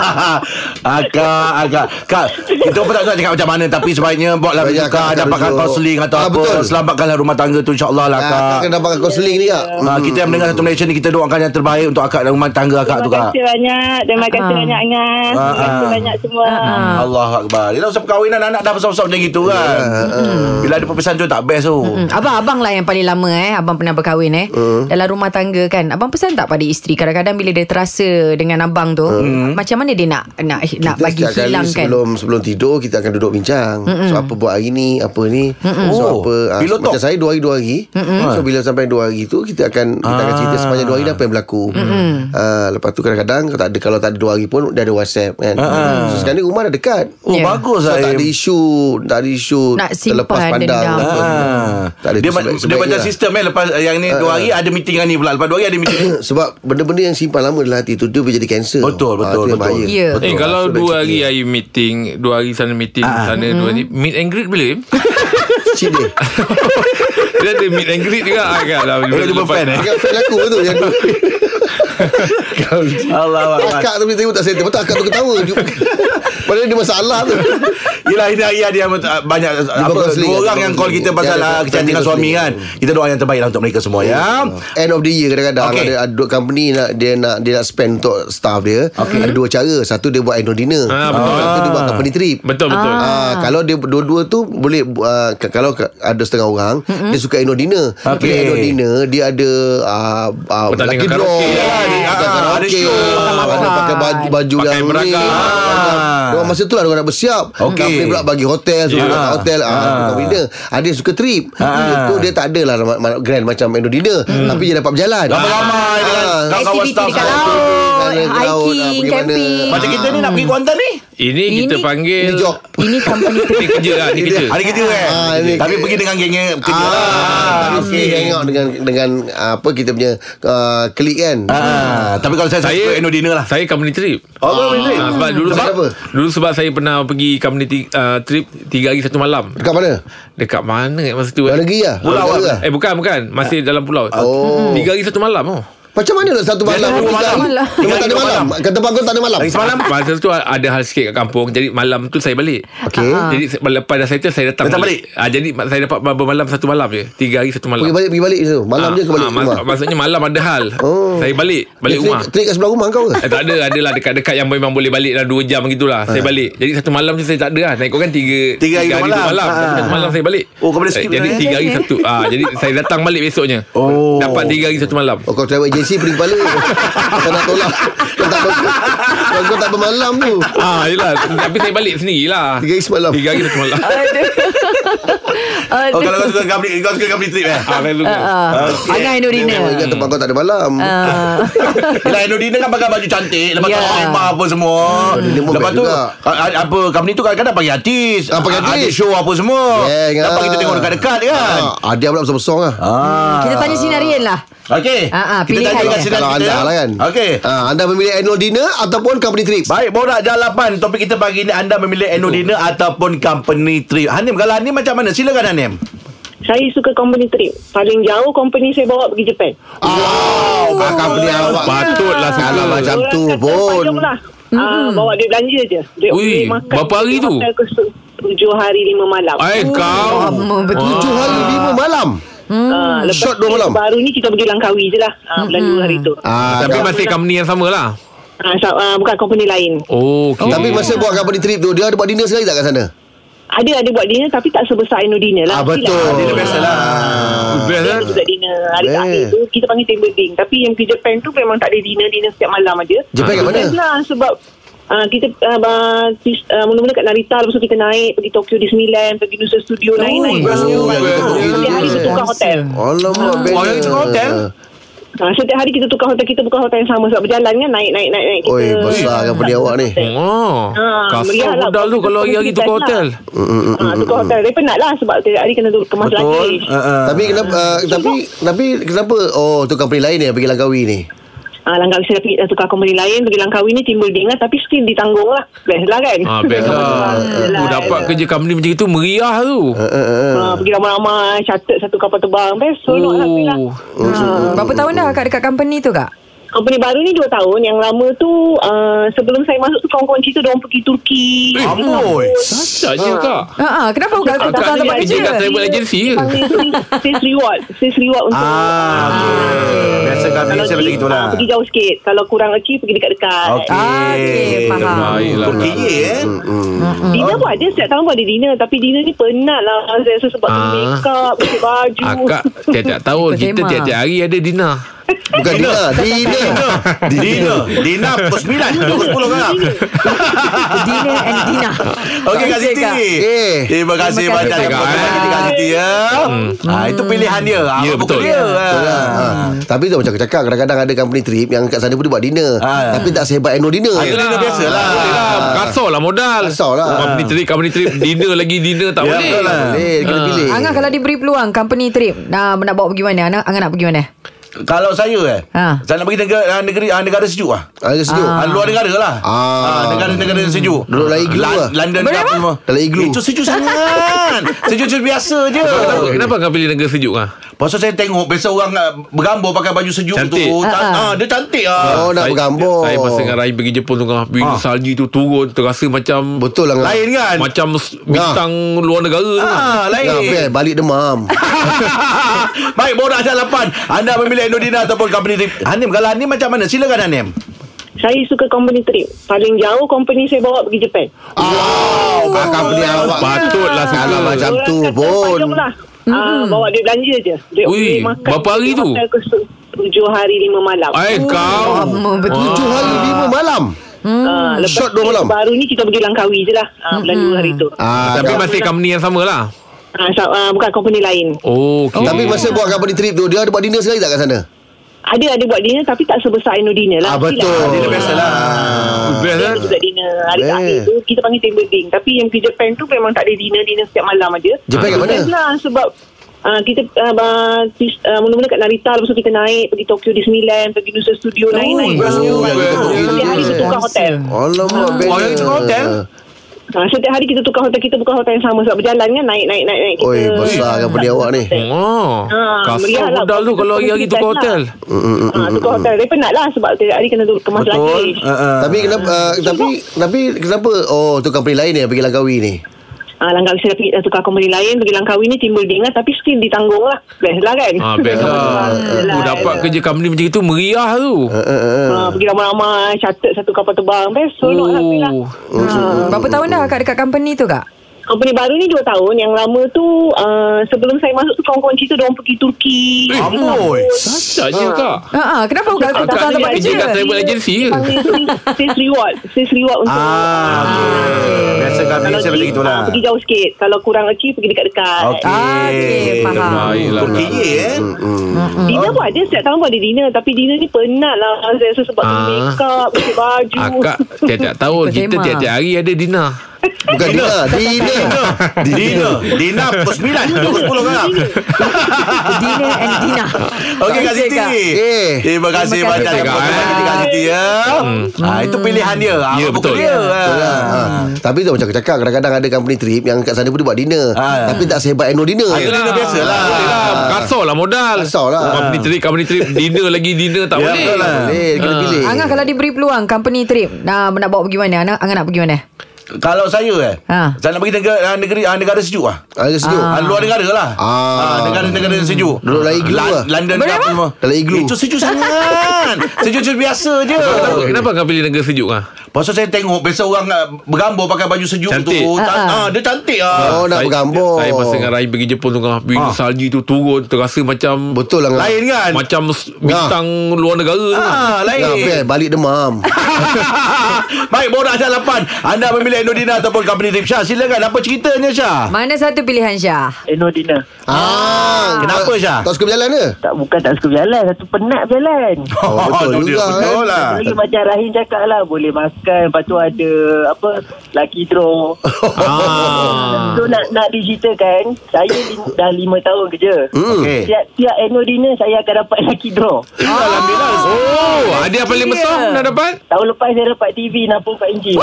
Speaker 2: Agak, agak. Kak, kita pun tak tahu nak cakap macam mana. Tapi sebaiknya buatlah
Speaker 3: Sebaiknya
Speaker 2: rujuk kak.
Speaker 3: akak
Speaker 2: Dapatkan
Speaker 3: rujuk.
Speaker 2: counselling atau
Speaker 3: Ah,
Speaker 2: apa.
Speaker 3: betul.
Speaker 2: Selamatkanlah rumah tangga tu insyaAllah lah
Speaker 3: Ah,
Speaker 2: kak.
Speaker 3: Akak kena pakai konseling ni kak.
Speaker 2: Ah, kita yang mendengar satu Malaysia ni Kita doakan yang terbaik Untuk akak dan rumah tangga
Speaker 3: Ah,
Speaker 2: akak tu
Speaker 6: Terima
Speaker 2: kak
Speaker 6: kasih banyak. Terima kasih
Speaker 5: Ah.
Speaker 6: banyak Angan.
Speaker 2: Ah,
Speaker 6: Terima kasih
Speaker 2: ah.
Speaker 6: banyak semua.
Speaker 2: Allah Akbar Dia dah usah perkahwinan Anak dah besar-besar macam gitu
Speaker 3: Ya,
Speaker 2: kan Bila ada perpisahan tu tak best tu
Speaker 5: Hmm, abang-abang lah yang paling lama eh Abang pernah berkahwin eh
Speaker 3: Hmm.
Speaker 5: Dalam rumah tangga kan Abang pesan tak pada isteri Kadang-kadang bila dia terasa Dengan abang tu hmm. Macam mana dia nak Nak, nak
Speaker 3: Hmm. Kita
Speaker 5: bagi kan?
Speaker 3: setiap kali
Speaker 2: kan?
Speaker 5: hilangkan
Speaker 3: Sebelum sebelum tidur Kita akan duduk bincang Mm-mm. So apa buat hari ni Apa ni Mm-mm. So
Speaker 2: Oh,
Speaker 3: apa ah,
Speaker 2: pillow
Speaker 3: Macam
Speaker 2: talk.
Speaker 3: saya dua hari-dua hari So bila sampai dua hari tu Kita akan Kita akan cerita
Speaker 2: Ah.
Speaker 3: sepanjang dua hari ni Apa yang berlaku Ah, Lepas tu kadang-kadang Kalau tak ada, kalau tak ada dua hari pun Dia ada whatsapp kan So sekarang ni rumah dah dekat
Speaker 2: Ah, Oh
Speaker 5: Ya.
Speaker 2: bagus
Speaker 3: So
Speaker 2: lah
Speaker 3: tak ada
Speaker 2: Im.
Speaker 3: isu Tak ada isu
Speaker 5: Nak
Speaker 3: Terlepas
Speaker 5: simpan
Speaker 3: pandang
Speaker 5: dendam.
Speaker 3: apa.
Speaker 2: Ah.
Speaker 3: Tak ada
Speaker 2: dia,
Speaker 3: tu
Speaker 2: ma-
Speaker 3: sebaik-
Speaker 2: dia
Speaker 3: sebaiknya
Speaker 2: macam
Speaker 3: lah.
Speaker 2: sistem eh Lepas eh, yang ni Dua hari ada meeting dengan ni pula Lepas dua hari ada meeting
Speaker 3: Sebab benda-benda yang simpan lama dalam hati tu Dia boleh jadi kanser
Speaker 2: Betul,
Speaker 3: Ah,
Speaker 2: betul,
Speaker 3: tu yang
Speaker 2: betul.
Speaker 3: bahaya.
Speaker 5: Ya.
Speaker 3: Betul.
Speaker 4: Eh kalau
Speaker 3: Oh, So, dah
Speaker 4: dua
Speaker 3: cerita. Ah. Hmm.
Speaker 4: hari ayu meeting, dua hari sana meeting, sana dua hari meet and greet boleh? Im?
Speaker 3: Cik dia
Speaker 4: dia ada meet and greet juga ah, kan. Lah,
Speaker 2: Boleh jumpa fan eh
Speaker 3: Ingat fan aku tu Yang dua
Speaker 2: Allah Akbar
Speaker 3: Akak tu boleh tengok tak settle Betul akak tu ketawa Padahal dia masalah tu
Speaker 2: Yelah ini hari ada yang uh, banyak uh, apa,
Speaker 3: bagus link,
Speaker 2: Dua
Speaker 3: dia
Speaker 2: orang
Speaker 3: bagus
Speaker 2: yang
Speaker 3: link.
Speaker 2: call kita
Speaker 3: Dia
Speaker 2: pasal
Speaker 3: ada
Speaker 2: uh,
Speaker 3: bagus
Speaker 2: kecacatan
Speaker 3: link.
Speaker 2: suami kan Kita doa yang terbaik lah untuk mereka semua ya
Speaker 3: End of the year kadang-kadang
Speaker 2: Okay.
Speaker 3: okay. Ada ada company nak, dia nak dia nak spend untuk staff dia okay. Ada dua cara Satu dia buat annual dinner
Speaker 4: Ah, betul.
Speaker 3: Satu dia buat company trip
Speaker 4: Betul betul.
Speaker 3: Ah, kalau dia dua-dua tu boleh uh, kalau ke- ada setengah orang mm-hmm. dia suka Indo dinner.
Speaker 2: Okey.
Speaker 3: Dia Indo dinner dia ada ah uh,
Speaker 4: Pertandingan karaoke.
Speaker 2: Yelah, dia- ah, ada
Speaker 3: Ada
Speaker 2: show.
Speaker 3: Ada pakai baju, baju
Speaker 4: Pakai
Speaker 3: yang
Speaker 4: beragam.
Speaker 3: Ah. Orang masa tu lah orang nak bersiap.
Speaker 2: Okey.
Speaker 3: Company pula bagi hotel, suruh
Speaker 2: Yeah.
Speaker 3: yeah. kat hotel. Ah, ah. dinner. Ada yang suka trip. Dia tu dia tak adalah ma- ma- grand macam Indo dinner tapi dia dapat berjalan.
Speaker 2: Ramai-ramai dengan
Speaker 3: Ah.
Speaker 2: kawan-kawan
Speaker 5: Aktiviti
Speaker 2: staff
Speaker 5: dekat
Speaker 2: saya.
Speaker 5: laut
Speaker 3: Kawan-kawan laut, ah,
Speaker 5: "Oh, Hiking,
Speaker 3: pergi mana.
Speaker 5: camping
Speaker 2: Macam kita ni nak pergi Kuantan ni
Speaker 4: Ini, kita
Speaker 5: Ini-
Speaker 4: panggil
Speaker 3: Ini job.
Speaker 5: Ini company
Speaker 4: Ni kerja lah, ni kerja.
Speaker 2: Hari kerja kan
Speaker 3: Ah, ini-
Speaker 2: Tapi pergi dengan gengnya kerja
Speaker 3: Ah,
Speaker 2: lah
Speaker 3: okay. Tengok dengan dengan apa kita ah, punya uh, klik kan.
Speaker 2: Ah, tapi kalau saya
Speaker 4: Saya-
Speaker 2: saya Eno dinner lah
Speaker 4: Saya company trip.
Speaker 2: Oh, kau company trip?
Speaker 4: Ah, sebab dulu
Speaker 3: Sebab
Speaker 4: sebab,
Speaker 3: apa?
Speaker 4: dulu sebab saya pernah pergi company ti- ah, trip tiga hari satu malam.
Speaker 3: Dekat mana?
Speaker 4: Dekat mana eh masa tu?
Speaker 3: Luar
Speaker 4: eh?
Speaker 3: negeri lah
Speaker 2: Pulau
Speaker 3: Luar
Speaker 2: lah.
Speaker 3: negeri lah.
Speaker 4: Eh bukan bukan, masih dalam pulau.
Speaker 3: Oh.
Speaker 4: Tiga hari satu malam oh.
Speaker 3: Macam mana nak satu malam
Speaker 2: dua
Speaker 3: Tiga
Speaker 2: malam.
Speaker 3: hari?
Speaker 5: Malam.
Speaker 3: Rumah tak ada
Speaker 2: Tiga
Speaker 3: malam
Speaker 2: malam.
Speaker 3: Kat tempat kau tak ada malam
Speaker 2: Lagi semalam
Speaker 4: Masa tu ada hal sikit kat kampung Jadi malam tu saya balik Ah.
Speaker 3: Okey.
Speaker 4: Jadi se- lepas dah saya tu Saya datang,
Speaker 2: Datang
Speaker 4: Ah, Jadi ma- saya dapat bermalam satu malam je Tiga hari satu malam
Speaker 3: Pergi balik pergi balik tu Malam
Speaker 4: Ah,
Speaker 3: je kau balik
Speaker 4: mak-
Speaker 3: rumah
Speaker 4: Maksudnya malam ada hal
Speaker 3: Oh.
Speaker 4: Saya balik Balik
Speaker 3: Dia
Speaker 4: rumah
Speaker 3: Trik kat sebelah rumah kau ke?
Speaker 4: Eh, tak ada Adalah dekat-dekat yang memang boleh balik Dalam 2 jam gitulah
Speaker 3: Ah.
Speaker 4: Saya balik Jadi satu malam tu saya tak ada lah Naik korang 3
Speaker 2: Tiga hari dua malam.
Speaker 4: malam.
Speaker 2: Ah.
Speaker 4: Tapi Satu malam saya balik
Speaker 2: Oh, kau boleh skip
Speaker 4: Jadi
Speaker 2: tu,
Speaker 3: lah,
Speaker 2: eh?
Speaker 4: 3 hari satu ah, Jadi saya datang balik besoknya
Speaker 2: Oh.
Speaker 4: Dapat 3 hari satu malam
Speaker 3: Oh kau travel agency pening kepala Kau nak tolak Kau tak ber, kau, kau tak bermalam tu
Speaker 4: Ah, yelah Tapi saya balik sendirilah
Speaker 3: Tiga hari semalam
Speaker 4: 3 hari satu malam
Speaker 5: Aduh.
Speaker 2: Oh kalau kau
Speaker 5: Aduh.
Speaker 2: suka company Kau suka company trip eh
Speaker 4: Ah, saya suka
Speaker 5: Ah, Angai
Speaker 3: Oh,
Speaker 5: Nurina.
Speaker 3: ingat tempat kau tak ada malam
Speaker 5: Ah.
Speaker 2: Yelah Nudina kan pakai baju cantik Lepas
Speaker 5: Ya.
Speaker 2: tu tema apa semua
Speaker 3: Nurdin pun
Speaker 2: Lepas
Speaker 3: baik
Speaker 2: tu
Speaker 3: juga.
Speaker 2: a- a- Apa Company tu kadang-kadang panggil artis
Speaker 3: Ah, panggil
Speaker 2: Ah,
Speaker 3: artis.
Speaker 2: Ada show apa semua
Speaker 3: Yeah, kan.
Speaker 2: Dapat kita tengok dekat-dekat kan
Speaker 3: ah, Dia pula besar-besar lah
Speaker 2: Ah.
Speaker 5: Kita tanya Sinarian lah.
Speaker 2: Okey.
Speaker 5: Ah, ah,
Speaker 2: Kita
Speaker 5: pilihan
Speaker 2: tanya kat
Speaker 5: dia.
Speaker 3: Kalau,
Speaker 2: Sinan
Speaker 3: kalau
Speaker 2: kita.
Speaker 3: anda lah kan
Speaker 2: Okey.
Speaker 3: ah, Anda memilih annual dinner Ataupun company trip
Speaker 2: Baik, borak jalapan. Topik kita pagi ni anda memilih annual dinner ataupun company trip. Hanim, kalau Hanim macam mana? Silakan Hanim.
Speaker 6: Saya suka company trip. Paling jauh company saya bawa pergi Jepun.
Speaker 3: Wow ah, Company awak
Speaker 4: Patutlah suka.
Speaker 3: Kalau Ah, macam
Speaker 6: Orang
Speaker 3: tu
Speaker 6: kata,
Speaker 3: pun
Speaker 6: Jomlah. Ah, bawa duit belanja je. Duit
Speaker 4: Ui,
Speaker 6: boleh makan.
Speaker 4: berapa hari
Speaker 6: Duit
Speaker 4: tu?
Speaker 6: makan ke se- Tujuh hari lima malam.
Speaker 4: Eh kau
Speaker 5: Lama betul.
Speaker 3: Tujuh hari lima malam
Speaker 6: Ah, lepas
Speaker 3: Short dua
Speaker 6: ni,
Speaker 3: malam.
Speaker 6: Baru ni kita pergi Langkawi je lah. Ah, bulan dua hari tu.
Speaker 3: ah,
Speaker 4: Tapi
Speaker 3: tapi,
Speaker 4: masih company yang sama lah
Speaker 6: Ah, sa- ah, bukan company lain.
Speaker 4: Oh, okay.
Speaker 3: tapi masa buat company trip tu Dia ada buat dinner sekali tak kat sana?
Speaker 6: Ada ada buat dinner tapi tak sebesar Aino dinner lah.
Speaker 3: Ah, betul.
Speaker 6: Mestilah.
Speaker 3: Dinner biasa lah.
Speaker 4: Ah, Best
Speaker 6: Dia
Speaker 4: lah
Speaker 6: ada juga dinner Hari
Speaker 3: Eh.
Speaker 6: terakhir tu Kita panggil table ding Tapi yang pergi Japan tu Memang tak ada dinner Dinner setiap malam aja
Speaker 3: Japan kat mana?
Speaker 6: Depends lah sebab Uh, kita uh, bah, tis, uh, mula-mula kat Narita Lepas tu kita naik Pergi Tokyo Disneyland Pergi Nusa Studio
Speaker 4: Oh,
Speaker 6: Naik-naik Naik,
Speaker 4: yeah.
Speaker 6: Setiap hari kita tukar hotel
Speaker 3: Alamak
Speaker 4: Oh, dia
Speaker 3: best.
Speaker 4: tengok hotel?
Speaker 6: uh, Setiap hari kita tukar hotel Kita bukan hotel yang sama Sebab berjalan kan Naik-naik-naik kita
Speaker 3: Oi besar company awak ni
Speaker 4: Oh,
Speaker 6: Ah,
Speaker 4: kasar
Speaker 6: meriah lah.
Speaker 4: modal tu kalau hari-hari tukar
Speaker 6: Best
Speaker 4: hotel.
Speaker 3: Mm,
Speaker 6: uh, Tukar hotel Dia penat lah Sebab setiap hari kena duduk kemas
Speaker 4: Betul.
Speaker 6: lagi
Speaker 2: Uh,
Speaker 3: Tapi kenapa uh, Tapi Tapi kenapa Oh tu company lain yang pergi Langkawi ni
Speaker 6: Ah, Langkawi saya pergi tukar company lain Pergi Langkawi ni timbul dia ingat Tapi still ditanggung lah Best lah kan
Speaker 4: Ah, best lah. Tu dapat kerja company macam itu meriah tu.
Speaker 6: Ah, pergi ramai-ramai Charter satu kapal terbang Best seronok lah Alhamdulillah.
Speaker 4: Oh.
Speaker 5: Ah, Berapa tahun dah kak dekat company tu kak?
Speaker 6: Company baru ni 2 tahun Yang lama tu uh, Sebelum saya masuk tu Kawan-kawan kita Diorang pergi Turki
Speaker 4: Eh,
Speaker 2: Amboi.
Speaker 4: Saja kak.
Speaker 5: Ha ah, kenapa
Speaker 4: Kak
Speaker 5: kak tak tahu
Speaker 4: ni
Speaker 5: tempat
Speaker 4: kerja kat
Speaker 5: kerja?
Speaker 4: travel agency ke?
Speaker 6: Panggil sales- Sales reward Sales reward untuk
Speaker 2: Ah, okay. Biasa kami
Speaker 6: Kalau
Speaker 2: biasa macam
Speaker 6: cheap,
Speaker 2: itulah.
Speaker 6: ah, Pergi jauh sikit Kalau kurang lagi Pergi dekat-dekat
Speaker 2: lah? Okey.
Speaker 5: Ah, okey, faham.
Speaker 4: Baiklah.
Speaker 2: Turki ye, eh.
Speaker 3: Hmm.
Speaker 6: Dinner pun ada Setiap tahun pun ada dinner Tapi dinner ni penat lah Saya rasa sebab
Speaker 4: Ah.
Speaker 6: ah. make up Pakai baju
Speaker 4: Akak tiap-tiap tahun
Speaker 5: Ikut
Speaker 4: kita
Speaker 5: tema.
Speaker 4: tiap-tiap hari ada dinner.
Speaker 3: Bukan dinner Dinner
Speaker 2: Dina. Dina pukul 9, pukul 10 kan.
Speaker 5: Dina and Dina.
Speaker 2: Okey Kak Siti.
Speaker 3: Eh.
Speaker 2: Terima kasih
Speaker 5: Terima kasih,
Speaker 2: banyak
Speaker 4: Kak.
Speaker 2: kepada Kak Siti ya. Ah, itu pilihan dia. Ah,
Speaker 4: Ya,
Speaker 2: bukan
Speaker 4: betul.
Speaker 2: dia. Ah.
Speaker 3: Ah. Tapi tu macam aku cakap Kadang-kadang ada company trip Yang kat sana pun dia buat dinner
Speaker 2: Ah.
Speaker 3: Tapi tak sehebat annual dinner
Speaker 2: Yelah. Dinner biasa lah.
Speaker 4: Boleh Ah, lah. Kasar lah modal.
Speaker 3: Kasar lah.
Speaker 4: Company trip, company trip. Dinner lagi dinner tak
Speaker 2: Ya,
Speaker 4: boleh.
Speaker 2: betul lah.
Speaker 3: Boleh Kena pilih
Speaker 5: Angah kalau diberi peluang company trip, nah nak bawa pergi mana? Angah, Angah nak pergi mana?
Speaker 2: Kalau saya eh,
Speaker 5: Ha.
Speaker 2: saya nak pergi negara negeri ah, negara sejuk ah.
Speaker 3: Harga sejuk
Speaker 2: Ah. Luar negara lah ah.
Speaker 3: Ah.
Speaker 2: Negara-negara sejuk
Speaker 3: Duduk dalam iglu lah.
Speaker 2: London ke
Speaker 5: Boleh
Speaker 2: apa
Speaker 5: apa?
Speaker 2: semua
Speaker 3: Dalam iglu.
Speaker 2: Itu sejuk sangat Sejuk-sejuk biasa je
Speaker 4: Kenapa, kenapa kau pilih negara sejuk lah?
Speaker 2: Pasal saya tengok Biasa orang ah, bergambar pakai baju sejuk
Speaker 4: Cantik.
Speaker 2: tu Ta-
Speaker 5: Ah, ah.
Speaker 2: ah, Dia cantik lah
Speaker 3: Oh nak
Speaker 4: Saya-
Speaker 3: bergambar
Speaker 4: Saya masa dengan Rahim pergi Jepun tu kan. Bila
Speaker 2: Ah.
Speaker 4: salji tu turun terasa macam
Speaker 3: Betul lah Angah.
Speaker 2: Lain kan
Speaker 4: macam s- bintang luar negara tu kan.
Speaker 2: ah, Lain
Speaker 3: Angah, best. eh, Balik demam
Speaker 2: Baik borak dah lapan Anda memilih Indonina Ataupun company trip Hanim Kalau Hanim macam mana Silakan Hanim
Speaker 6: Saya suka company trip Paling jauh company saya bawa pergi Japan
Speaker 3: Wow ah, Company awak
Speaker 4: Patutlah suka.
Speaker 3: Kalau macam
Speaker 6: Orang
Speaker 3: tu
Speaker 6: kata
Speaker 3: pun
Speaker 6: payunglah. Ah, bawa duit belanja je Duit
Speaker 4: Ui,
Speaker 6: boleh makan
Speaker 4: berapa hari
Speaker 6: Pergi
Speaker 4: tu?
Speaker 6: hotel ke se- Tujuh hari lima malam
Speaker 4: Eh
Speaker 3: Oh.
Speaker 4: kau.
Speaker 5: Lama betul.
Speaker 3: Tujuh hari lima malam
Speaker 6: Ah, lepas
Speaker 3: Short dua
Speaker 6: ni,
Speaker 3: malam.
Speaker 6: Baru ni kita pergi Langkawi je lah ah, Bulan dua hari tu
Speaker 3: Ah,
Speaker 4: Tapi
Speaker 3: kau-
Speaker 4: masih company yang sama lah.
Speaker 6: Ah, sa- ah, Bukan company lain
Speaker 4: Oh, okay.
Speaker 3: Tapi masa buat company trip tu Dia ada buat dinner sekali tak kat sana
Speaker 6: Ada ada buat dinner Tapi tak sebesar Aino dinner
Speaker 3: Ah
Speaker 6: lah
Speaker 3: betul Ah.
Speaker 6: Mestilah.
Speaker 2: Dinner biasa lah.
Speaker 4: best lah.
Speaker 6: Kita juga dinner Hari
Speaker 3: Eh.
Speaker 6: terakhir tu Kita panggil table ding Tapi yang pergi Japan tu Memang tak ada dinner Dinner setiap malam aja
Speaker 3: Japan kat mana?
Speaker 6: Best lah sebab Uh, kita uh, bah, tis- uh, mula-mula kat Narita Lepas tu kita naik Pergi Tokyo Disneyland Pergi Nusa Studio Naik-naik
Speaker 5: Oh,
Speaker 3: oh,
Speaker 6: Setiap hari
Speaker 3: yeah.
Speaker 6: kita tukar hotel
Speaker 3: Alamak best. Ah.
Speaker 2: Oh, yang itu hotel?
Speaker 6: ha, Setiap hari kita tukar hotel Kita bukan hotel yang sama Sebab berjalan kan Naik-naik naik naik kita
Speaker 3: Oi, besar kan pening awak ni.
Speaker 4: Oh.
Speaker 6: Ah,
Speaker 4: Kasut
Speaker 6: meriah lah.
Speaker 4: modal tu kalau hari-hari tukar hotel.
Speaker 3: Mm,
Speaker 6: ha, Tukar hotel Dia penat lah Sebab setiap hari kena tu- kemas
Speaker 4: Betul.
Speaker 6: lagi
Speaker 2: Ah, ah.
Speaker 3: Tapi kenapa uh, tapi tapi kenapa oh tu company lain ni yang pergi Langkawi ni.
Speaker 6: Ah, langkawi saya pergi tukar komedi lain pergi langkawi ni timbul bingat tapi still ditanggung lah best lah kan
Speaker 4: Ah, best lah. Oh, dapat kerja company macam itu meriah tu.
Speaker 3: Uh, uh, uh.
Speaker 6: Ah, pergi ramai-ramai charter satu kapal terbang best seronok lah Fil lah
Speaker 4: Oh.
Speaker 5: Ha. Berapa tahun dah kak dekat company tu kak?
Speaker 6: Company baru ni 2 tahun Yang lama tu uh, Sebelum saya masuk tu Kawan-kawan cerita Diorang pergi Turki
Speaker 4: Eh,
Speaker 6: Ah,
Speaker 4: amboi. Sajak je kak.
Speaker 5: Ha, ha. Kenapa kak
Speaker 4: Kakak
Speaker 5: tukar
Speaker 4: ni
Speaker 5: tempat
Speaker 4: kerja kat
Speaker 5: kerja?
Speaker 4: travel agency ke?
Speaker 6: Sales reward Sales reward untuk
Speaker 2: Ah, okay. Biasa kan Malaysia
Speaker 6: Kalau
Speaker 2: macam
Speaker 6: achieve,
Speaker 4: lah.
Speaker 2: itulah.
Speaker 6: ah, Pergi jauh sikit Kalau kurang achieve Pergi dekat-dekat
Speaker 2: Okey.
Speaker 5: Ah, Okey, faham.
Speaker 4: Baiklah,
Speaker 2: Turki
Speaker 4: Kak.
Speaker 2: ye eh.
Speaker 4: Oh.
Speaker 6: Dinner pun ada Setiap tahun pun ada dinner Tapi dinner ni penat lah Saya rasa sebab
Speaker 4: Ah.
Speaker 6: ah. make up Pakai baju
Speaker 4: Akak tiap-tiap tahun
Speaker 5: Ikut
Speaker 4: kita
Speaker 5: tema.
Speaker 4: tiap-tiap hari ada dinner.
Speaker 3: Bukan Dina, Dina.
Speaker 2: Dina. Dina pukul 9, pukul 10 kan.
Speaker 5: Dina and Dina.
Speaker 2: Okey Kak Siti.
Speaker 3: Eh.
Speaker 2: Terima kasih
Speaker 5: Terima kasih,
Speaker 2: banyak
Speaker 4: Kak.
Speaker 2: Terima kasih Kak Siti ya. Ah itu pilihan dia. Ah,
Speaker 4: Ya,
Speaker 2: bukan
Speaker 4: betul.
Speaker 2: dia. Ah.
Speaker 3: Betul lah. Ha. Tapi tu macam aku cakap Kadang-kadang ada company trip Yang kat sana pun dia buat dinner
Speaker 2: Ah.
Speaker 3: Tapi tak sehebat annual dinner
Speaker 2: Yelah. Dinner biasa lah.
Speaker 4: Boleh lah. Kasar lah modal.
Speaker 3: Kasar lah.
Speaker 4: Company trip, company trip. Dinner lagi dinner tak
Speaker 2: Ya,
Speaker 4: boleh.
Speaker 2: betul lah.
Speaker 3: Boleh Kena
Speaker 4: Ah.
Speaker 3: pilih
Speaker 5: Angah kalau diberi peluang company trip, nah nak bawa pergi mana? Angah, Angah nak pergi mana?
Speaker 2: Kalau saya eh.
Speaker 5: Ah.
Speaker 2: Saya nak pergi negara ah, negeri ah, negara sejuk ah.
Speaker 3: Harga sejuk
Speaker 2: Ah. Luar negara lah
Speaker 3: Ah.
Speaker 2: ah Negara-negara sejuk
Speaker 3: Duduk dalam iglu
Speaker 2: La-
Speaker 3: lah.
Speaker 2: London
Speaker 5: Boleh
Speaker 2: ke apa
Speaker 5: apa?
Speaker 2: semua
Speaker 3: Dalam iglu.
Speaker 2: Itu sejuk sangat Sejuk-sejuk biasa je
Speaker 4: Kenapa- Kenapa kau pilih negara sejuk ah?
Speaker 2: Pasal saya tengok Biasa orang ah, bergambar pakai baju sejuk
Speaker 4: Cantik.
Speaker 2: tu
Speaker 5: Ah, ah.
Speaker 2: ah. Dia cantik ah.
Speaker 3: Oh nak
Speaker 4: Saya-
Speaker 3: bergambar
Speaker 4: Saya masa dengan Rahim pergi Jepun tu kan, Bila
Speaker 2: Ah.
Speaker 4: salji tu turun Terasa macam
Speaker 3: Betul lah
Speaker 2: Lain kan
Speaker 4: Macam s- bintang luar negara tu kan.
Speaker 2: Ah,
Speaker 3: Nah,
Speaker 2: lain.
Speaker 3: eh, balik demam
Speaker 2: Baik, borak Syah 8. Anda memilih Nodina ataupun company Trip Syah. Silakan, apa ceritanya Syah?
Speaker 5: Mana satu pilihan Syah?
Speaker 8: Eno Eh, dinner
Speaker 3: Ah,
Speaker 2: Kenapa, Syah?
Speaker 3: Tak suka berjalan ke?
Speaker 8: tak bukan tak suka berjalan satu penat berjalan
Speaker 4: Ah,
Speaker 3: Oh, betul
Speaker 2: tu dia,
Speaker 3: juga,
Speaker 2: Betul
Speaker 3: eh.
Speaker 2: lah.
Speaker 8: lagi macam Rahim cakap lah boleh makan lepas tu ada apa lucky draw
Speaker 4: Ah.
Speaker 8: so nak nak diceritakan saya lim, dah lima tahun kerja
Speaker 3: Hmm.
Speaker 2: Okey.
Speaker 8: tiap-tiap annual dinner saya akan dapat lucky draw
Speaker 2: Alhamdulillah.
Speaker 4: Oh, hadiah paling besar nak dapat?
Speaker 8: tahun lepas saya dapat TV 60 kat enjin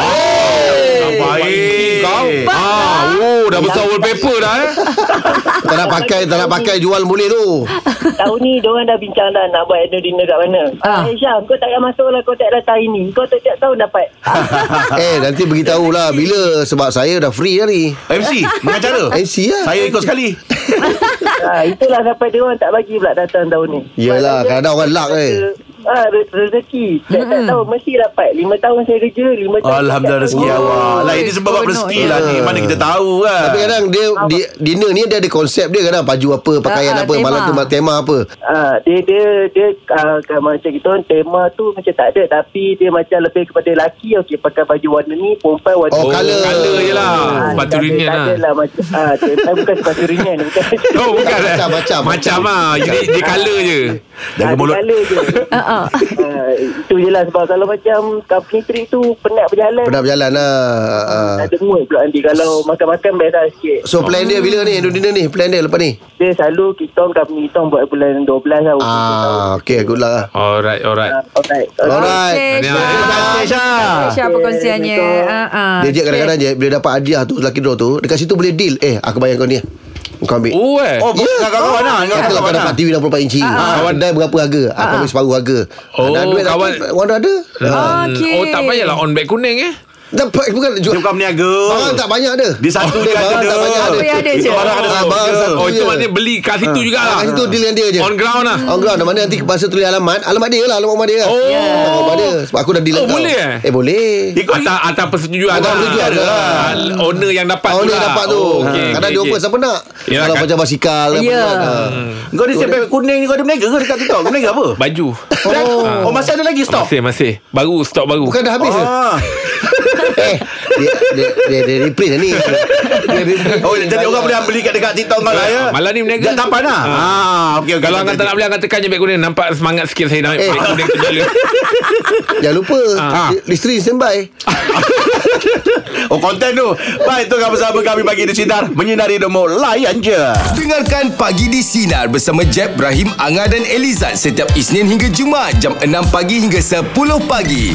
Speaker 4: Dah baik kau. Ah, oh,
Speaker 2: Ya.
Speaker 4: dah besar wallpaper dah eh.
Speaker 3: Tak nak pakai, tak nak pakai jual boleh tu
Speaker 8: tahun ni diorang dah bincang dah nak buat annual dinner kat mana
Speaker 5: Ah.
Speaker 8: ah. Aisyah kau tak payah masuk lah kau tak datang hari ni kau tak tiap tahun dapat
Speaker 3: Eh, nanti beritahu lah bila Sebab saya dah free hari
Speaker 2: MC, mengacara.
Speaker 3: MC lah
Speaker 2: Saya ikut sekali.
Speaker 8: ha, itulah sampai dia orang tak bagi pula datang tahun ni.
Speaker 3: Yelah, kadang-kadang orang luck, eh.
Speaker 8: Ah, re- rezeki. Tak, tak tahu mesti dapat. Lima tahun saya kerja, lima tahun.
Speaker 2: Alhamdulillah rezeki
Speaker 5: Oh,
Speaker 2: awak. Lah ini sebab
Speaker 5: seronok
Speaker 2: rezeki
Speaker 5: je.
Speaker 2: lah ni. Mana kita tahu kan.
Speaker 3: Tapi kadang dia, dia dinner ni dia ada konsep dia kadang baju apa, pakaian
Speaker 5: Ah, ah,
Speaker 3: apa, malam tu
Speaker 5: tema.
Speaker 3: tema apa.
Speaker 8: Ah, dia dia dia ah, kan macam kita orang tema tu macam tak ada tapi dia macam lebih kepada lelaki okey pakai baju warna ni perempuan warna
Speaker 3: Oh,
Speaker 8: ni.
Speaker 3: colour.
Speaker 4: colour je lah.
Speaker 8: Ah,
Speaker 4: Sepatu
Speaker 8: tak ada-
Speaker 4: ringan
Speaker 8: tak
Speaker 4: lah.
Speaker 8: ada lah macam ah, tema- bukan sepatu ringan bukan.
Speaker 4: Oh, bukan eh.
Speaker 3: Macam, macam,
Speaker 4: Macam
Speaker 3: macam.
Speaker 4: ah. Jadi dia color je.
Speaker 2: Jaga
Speaker 8: Ada
Speaker 2: mulut.
Speaker 8: colour je.
Speaker 5: Ha.
Speaker 8: Ah, itu je lah sebab kalau macam company trip tu penat berjalan.
Speaker 3: Pernah berjalan lah. Ah.
Speaker 8: Ada mood pula nanti Kalau makan-makan Best lah sikit
Speaker 3: So plan dia bila ni, dinner ni, plan dia lepas ni.
Speaker 8: Dia selalu Kita orang company kita orang Buat bulan 12
Speaker 6: Oh,
Speaker 8: lah
Speaker 3: Ah, okay, good luck lah.
Speaker 4: Alright, alright.
Speaker 8: Alright
Speaker 3: Alright.
Speaker 5: Okay, Syah.
Speaker 4: Terima
Speaker 2: kasih, Syah.
Speaker 5: Terima kasih, Syah perkongsiannya. Ha, ha.
Speaker 3: Dia je kadang-kadang je bila dapat hadiah tu lelaki draw tu dekat situ boleh deal. Eh, aku bayar kau ni. Kau ambil.
Speaker 4: Oh eh.
Speaker 2: Oh, yeah. kawan-kawan lah.
Speaker 3: Kata kau
Speaker 2: Kawan-kawan lah.
Speaker 3: dapat TV 64 inci
Speaker 5: Ah,
Speaker 3: Kawan dah berapa harga Aku ambil separuh harga
Speaker 4: Oh,
Speaker 3: Ada duit
Speaker 4: kawan-
Speaker 3: aku, Orang dah ada
Speaker 5: Ah.
Speaker 4: Hmm.
Speaker 5: Okey.
Speaker 4: Oh, tak payahlah on bag kuning eh.
Speaker 3: Dapat bukan
Speaker 2: Dia
Speaker 3: jual
Speaker 2: bukan peniaga.
Speaker 3: Barang tak banyak ada
Speaker 2: Dia satu
Speaker 3: Dia
Speaker 2: dia
Speaker 3: barang
Speaker 2: ada.
Speaker 3: tak banyak ada
Speaker 5: Apa yang ada je?
Speaker 2: Barang ada
Speaker 3: Ah,
Speaker 2: satu
Speaker 3: barang
Speaker 2: je.
Speaker 3: satu.
Speaker 4: Oh,
Speaker 3: Oh,
Speaker 4: itu
Speaker 3: ya.
Speaker 4: maknanya beli kat situ jugalah.
Speaker 3: Kat situ deal dengan dia je Hmm.
Speaker 4: On ground lah.
Speaker 3: On ground Oh, Mana nanti masa tulis alamat Alamat dia lah Alamat rumah dia
Speaker 4: Oh.
Speaker 3: Alamat rumah dia Sebab aku dah deal
Speaker 4: Oh,
Speaker 3: dengan kau.
Speaker 4: boleh eh?
Speaker 3: Eh boleh
Speaker 2: Ikut
Speaker 4: Atas, atas persetujuan
Speaker 3: Atas
Speaker 4: lah.
Speaker 3: persetujuan lah.
Speaker 4: Ah, Owner yang dapat
Speaker 3: Kau
Speaker 4: tu
Speaker 3: ni
Speaker 4: lah.
Speaker 3: dapat tu
Speaker 4: Oh, okey,
Speaker 3: Kadang
Speaker 4: okey,
Speaker 3: dia offer
Speaker 4: okey. Ya, kan? Hmm.
Speaker 3: siapa nak
Speaker 4: Yelah,
Speaker 3: Kalau
Speaker 4: kat-
Speaker 3: macam basikal apa
Speaker 5: Ya.
Speaker 3: semua, ah.
Speaker 2: Kau ni siapa kuning kau ada meniaga ke dekat TikTok? Kau meniaga apa?
Speaker 4: Baju.
Speaker 2: Oh, masih ada lagi stok?
Speaker 4: Masih, masih. Baru, stok baru.
Speaker 3: Bukan dah habis
Speaker 4: Oh.
Speaker 3: ke?
Speaker 2: Ah.
Speaker 3: Eh Dia Dia, dia, dia reprint dah ni Dia reprint
Speaker 2: Oh, jadi orang boleh beli kat dekat TikTok kau lah ya.
Speaker 4: Malam ni berniaga.
Speaker 2: Tak tapan lah.
Speaker 4: Ah.
Speaker 2: Ah, okey okey.
Speaker 4: Kalau angkat tak nak beli Angkat tekan je beg kuning Nampak semangat sikit saya Nak
Speaker 3: Eh.
Speaker 4: beg kuning terjala
Speaker 3: Jangan lupa
Speaker 4: Ah.
Speaker 3: Listrik standby
Speaker 2: Oh konten tu Baik tu bersama kami Pagi di Sinar Menyinari demo Layan je
Speaker 1: Dengarkan Pagi di Sinar bersama Jeb, Ibrahim, Anga dan Elizad setiap Isnin hingga Jumaat jam 6 pagi hingga 10 pagi.